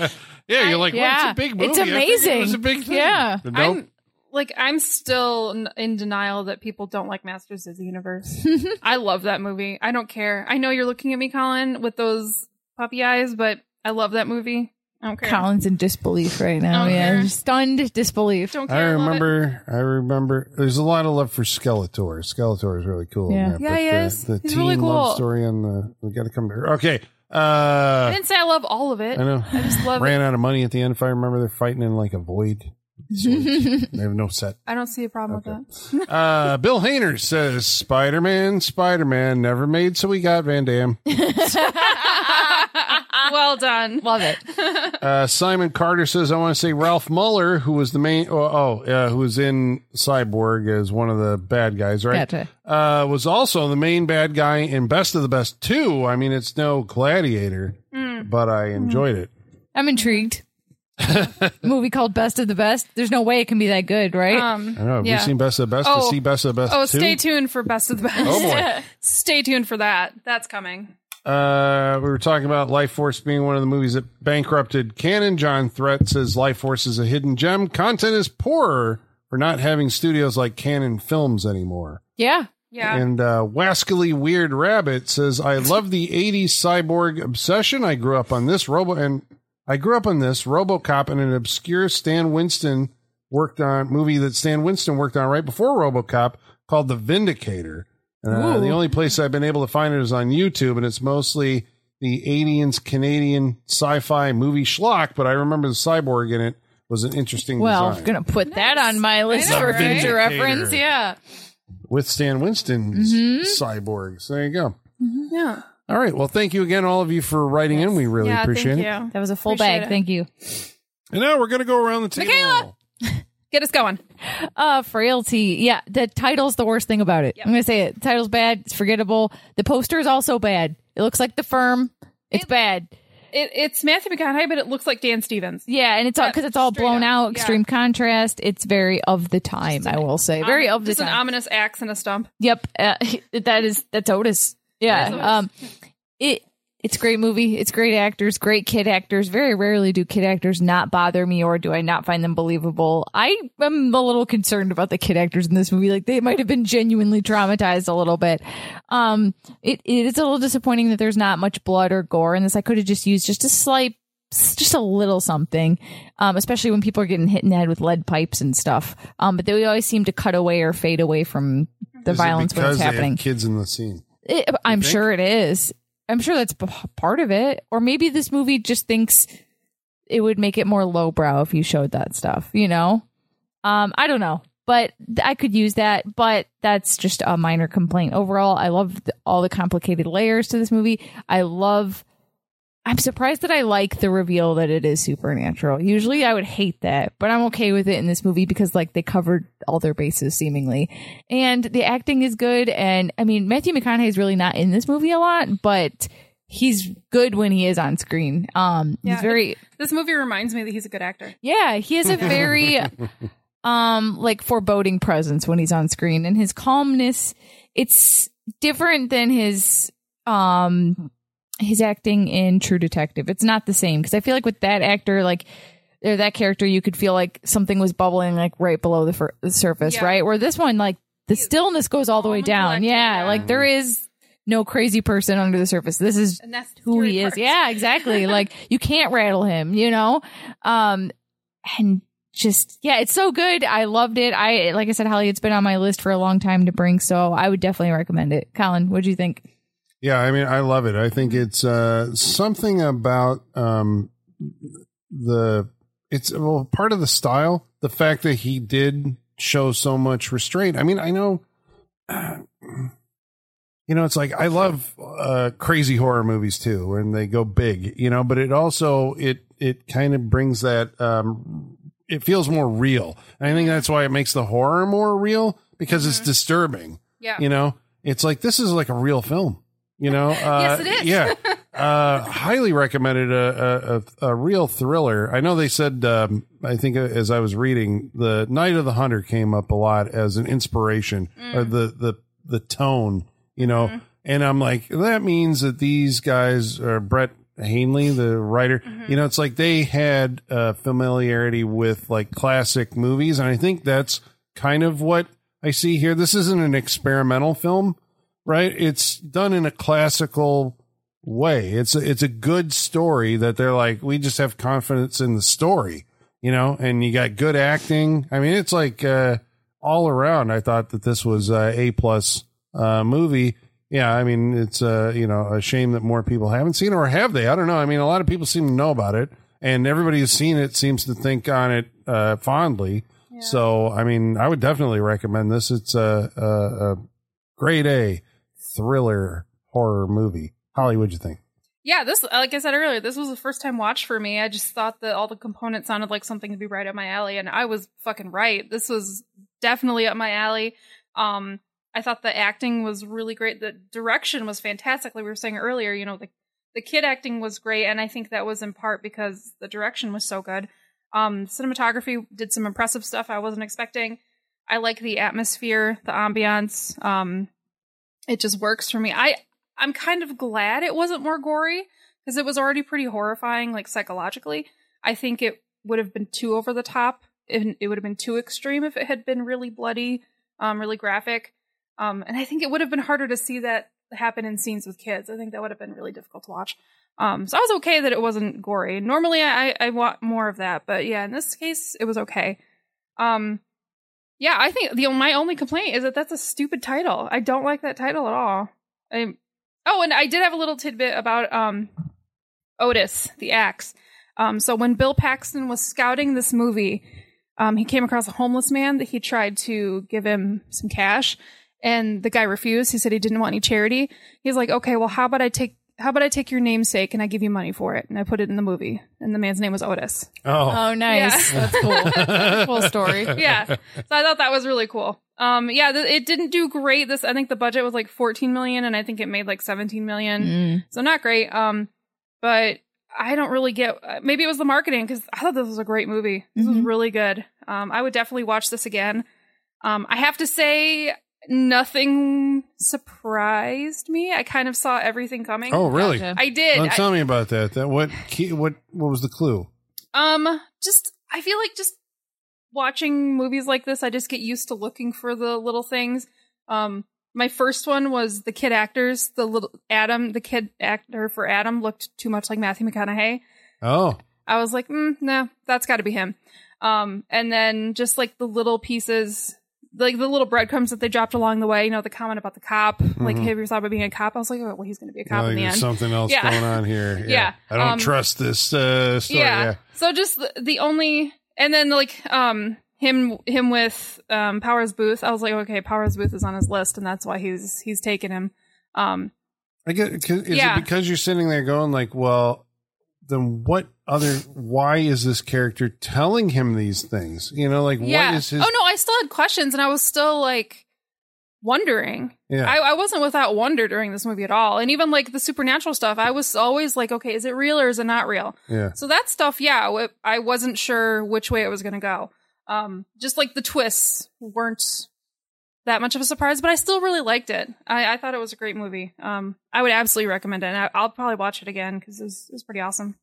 Yeah, you're like, well,
yeah.
it's a big movie.
It's
I figured It
amazing.
was a big thing.
Yeah.
But nope.
I'm like I'm still n- in denial that people don't like Masters of the Universe. I love that movie. I don't care. I know you're looking at me, Colin, with those puppy eyes, but I love that movie. I don't care.
Colin's in disbelief right now.
Okay.
Yeah. Stunned disbelief.
Don't care.
I
love it.
remember. uh, I remember. There's a lot of love for Skeletor. Skeletor is really cool. in
Yeah.
that,
Yeah,
but
he
the-
is.
The,
He's
teen
really
love
cool.
story and the we got to come here. Okay. Uh,
I didn't say I love all of it.
I know.
I just love
Ran
it.
out of money at the end. If I remember, they're fighting in like a void. they have no set.
I don't see a problem with that.
Uh, Bill Hainer says Spider Man, Spider Man, never made, so we got Van Damme.
well done.
Love it.
Uh, Simon Carter says, I want to say Ralph Muller, who was the main, oh, oh uh, who was in Cyborg as one of the bad guys, right?
Gotcha.
Uh, was also the main bad guy in Best of the Best 2. I mean, it's no Gladiator,
Mm.
but I enjoyed it.
I'm intrigued. Movie called Best of the Best. There's no way it can be that good, right?
Um,
I don't know. Have
Yeah.
you seen Best of the Best to
Oh.
see Best of the Best
oh,
2?
stay tuned for Best of the Best.
Oh, boy.
stay tuned for that. That's coming.
Uh, we were talking about Life Force being one of the movies that bankrupted canon. John Threat says Life Force is a hidden gem. Content is poorer for not having studios like Canon Films anymore.
yeah.
Yeah.
And uh, Wascally Weird Rabbit says, "I love the '80s cyborg obsession. I grew up on this robo, and I grew up on this RoboCop and an obscure Stan Winston worked on movie that Stan Winston worked on right before RoboCop called The Vindicator. Uh,
Ooh.
the only place I've been able to find it is on YouTube, and it's mostly the aliens Canadian sci-fi movie schlock. But I remember the cyborg in it was an interesting
Well,
design
gonna put that on my list
know,
for
right?
future reference. Yeah.
with Stan Winston's
Mm-hmm.
cyborgs. There you go.
Yeah.
All right. Well, thank you again, all of you, for writing in. We really
yeah,
appreciate
thank
it.
you.
That was a full
Appreciate
bag.
it.
Thank you.
And now we're going to go around the table.
Michaela! Get us going.
Uh, frailty. Yeah, the title's the worst thing about it. I'm gonna say it. The title's bad. It's forgettable. The poster is also bad. It looks like the firm. It's bad.
It, it's Matthew McConaughey, but it looks like Dan Stevens.
Yeah, and it's all because it's all
Straight
blown
up,
out,
yeah.
extreme contrast. It's very of the time, I will say. Very
Um,
of the
just an
time.
ominous axe and a stump.
Yep, uh, that is that's Otis. Yeah,
That is Otis.
um, it it's a great movie. It's great actors, great kid actors. Very rarely do kid actors not bother me, or do I not find them believable. I am a little concerned about the kid actors in this movie. Like they might have been genuinely traumatized a little bit. Um, it it is a little disappointing that there's not much blood or gore in this. I could have just used just a slight. Just a little something, um, especially when people are getting hit in the head with lead pipes and stuff. Um, but they always seem to cut away or fade away from the
Is it
violence when
because
it's
they have
happening.
kids in the scene.
It, I'm
think?
sure it is. I'm sure that's p- part of it. Or maybe this movie just thinks it would make it more lowbrow if you showed that stuff, you know? Um, I don't know. But th- I could use that, but that's just a minor complaint. Overall, I love th- all the complicated layers to this movie. I love. I'm surprised that I like the reveal that it is supernatural. Usually I would hate that, but I'm okay with it in this movie because like they covered all their bases seemingly. And the acting is good and I mean Matthew McConaughey is really not in this movie a lot, but he's good when he is on screen. Um
Yeah,
he's very
This movie reminds me that he's a good actor.
yeah, he has a very um like foreboding presence when he's on screen and his calmness it's different than his um his acting in True Detective. It's not the same because I feel like with that actor like or that character you could feel like something was bubbling like right below the, fur- the surface,
Yeah.
right? Where this one like the stillness goes all the way
Calm and
down.
collected,
Yeah,
yeah.
like there is no crazy person under the surface. This is
And that's
who
really
he is.
part.
Yeah, exactly. like you can't rattle him, you know? Um and just yeah, it's so good. I loved it. I like I said, Holly, it's been on my list for a long time to bring, so I would definitely recommend it. Colin, what do you think?
Yeah, I mean, I love it. I think it's uh, something about um, the it's well part of the style, the fact that he did show so much restraint. I mean, I know, you know, it's like I love uh, crazy horror movies too, when they go big, you know. But it also it it kind of brings that um, it feels more real. And I think that's why it makes the horror more real because it's disturbing
Yeah.
you know it's like this is like a real film you know uh,
Yes, it is.
yeah uh highly recommended a, a a a real thriller i know they said um i think as i was reading the night of the hunter came up a lot as an inspiration or
Mm.
the the the tone you know
Mm-hmm.
and i'm like that means that these guys are brett Hanley, the writer,
Mm-hmm.
you know, it's like they had uh, familiarity with like classic movies, and I think that's kind of what I see here. This isn't an experimental film, right? It's done in a classical way. It's a, it's a good story that they're like, we just have confidence in the story, you know, and you got good acting. I mean, it's like uh, all around. I thought that this was uh, a plus uh, movie. Yeah, I mean, it's uh, you know a shame that more people haven't seen it, or have they? I don't know. I mean, a lot of people seem to know about it, and everybody who's seen it seems to think on it uh, fondly. So, I mean, I would definitely recommend this. It's a, a, a grade A thriller horror movie. Holly, what'd you think?
Yeah, this like I said earlier, this was a first time watch for me. I just thought that all the components sounded like something to be right up my alley, and I was fucking right. This was definitely up my alley. Um, I thought the acting was really great. The direction was fantastic. Like we were saying earlier, you know, the the kid acting was great, and I think that was in part because the direction was so good. Um, cinematography did some impressive stuff I wasn't expecting. I like the atmosphere, the ambiance. Um, it just works for me. I I'm kind of glad it wasn't more gory because it was already pretty horrifying, like psychologically. I think it would have been too over the top. and It would have been too extreme if it had been really bloody, um, really graphic. Um, and I think it would have been harder to see that happen in scenes with kids. I think that would have been really difficult to watch. Um, so I was okay that it wasn't gory. Normally, I, I want more of that, but yeah, in this case, it was okay. Um, yeah, I think the my only complaint is that that's a stupid title. I don't like that title at all. I, oh, and I did have a little tidbit about um, Otis the axe. Um, so when Bill Paxton was scouting this movie, um, he came across a homeless man that he tried to give him some cash, and the guy refused. He said he didn't want any charity. He's like, okay, well, how about I take how about I take your namesake and I give you money for it, and I put it in the movie. And the man's name was Otis.
Oh,
Oh, nice. That's cool. cool story.
yeah. So I thought that was really cool. Um, yeah, th- it didn't do great. This, I think the budget was like 14 million and I think it made like 17 million.
Mm.
So not great. Um, but I don't really get, uh, maybe it was the marketing because I thought this was a great movie. This was
Mhm.
really good. Um, I would definitely watch this again. Um, I have to say nothing surprised me. I kind of saw everything coming.
oh, really?
Gotcha.
I did.
Well,
I-
tell me about that. That what key, what what was the clue?
Um, just I feel like just watching movies like this, I just get used to looking for the little things. Um, my first one was the kid actors. The little Adam, the kid actor for Adam, looked too much like Matthew McConaughey.
Oh,
I was like, mm, no, that's got to be him. Um, and then just like the little pieces, like the little breadcrumbs that they dropped along the way. You know, the comment about the cop, like,
Mhm.
"Have you thought about being a cop?" I was like, "Oh, well, he's going to be a
I
cop
think
in the
there's
end."
something else
Yeah.
going on here.
Yeah.
I don't
Um,
trust this uh, story.
yeah.
Yeah.
So just the, the only, and then like um him him with um Powers Booth. I was like, okay, Powers Booth is on his list, and that's why he's he's taking him. Um,
I get. 'cause- Is
Yeah.
it because you're sitting there going like, well, then what other? Why is this character telling him these things? You know, like
yeah.
what is his?
oh no, I still had questions, and I was still like wondering.
yeah.
I, I wasn't without wonder during this movie at all, and even like the supernatural stuff, I was always like, okay, is it real or is it not real?
yeah.
So that stuff, yeah, w- I wasn't sure which way it was going to go. Um, just like the twists weren't that much of a surprise, but I still really liked it. I, I thought it was a great movie. Um, I would absolutely recommend it, and I, I'll probably watch it again because it, was- it was pretty awesome.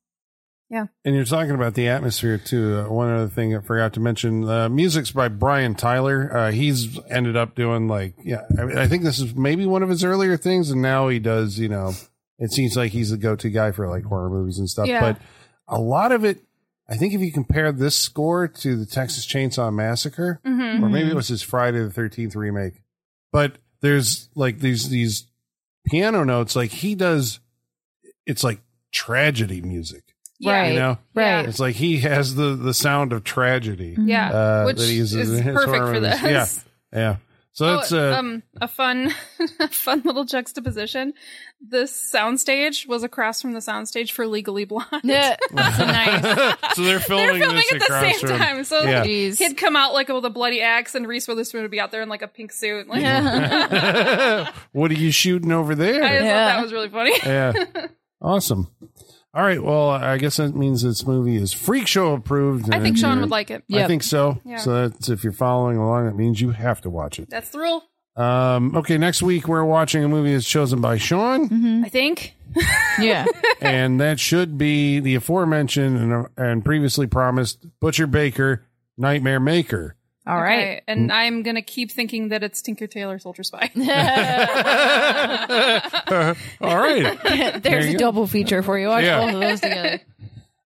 And you're talking about the atmosphere too. Uh, one other thing I forgot to mention: uh, music's by Brian Tyler. Uh, he's ended up doing like, yeah, I, I think this is maybe one of his earlier things, and now he does. You know, it seems like he's the go-to guy for like horror movies and stuff.
Yeah.
But a lot of it, I think, if you compare this score to the Texas Chainsaw Massacre,
Mm-hmm.
or maybe it was his Friday the Thirteenth remake. But there's like these these piano notes, like he does. It's like tragedy music, you
Yeah.
Right.
know.
Yeah.
Right.
It's like he has the the sound of tragedy.
Yeah.
Uh,
Which
that he
is
uses in his
perfect
horror
for
movies.
this.
Yeah. Yeah. So
Oh,
that's uh,
um, a fun, a fun little juxtaposition. This soundstage was across from the soundstage for Legally Blonde.
Yeah. That's nice.
so they're filming,
They're filming
this
at the
across
same
from-
time, so
Yeah.
Jeez.
he'd come out like with a bloody axe, and Reese Witherspoon would be out there in like a pink suit. Like,
what are you shooting over there?
I just
Yeah.
thought that was really funny.
yeah. Awesome. All right. Well, I guess that means this movie is freak show approved.
I think
and
Sean
you're-
would like it.
I
Yep.
think so.
Yeah.
So that's if you're following along, that means you have to watch it.
That's the rule,
Um, okay, next week we're watching a movie that's chosen by Sean.
I think.
Yeah.
and that should be the aforementioned and, and previously promised Butcher Baker Nightmare Maker.
All right.
Okay, And I'm going to keep thinking that it's Tinker Tailor Soldier Spy.
All right. There
There's
you
a
go.
double feature for you. Watch
Yeah.
both of those together.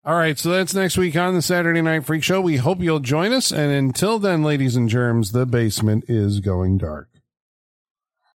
All right. So that's next week on the Saturday Night Freak Show. We hope you'll join us. And until then, ladies and germs, the basement is going dark.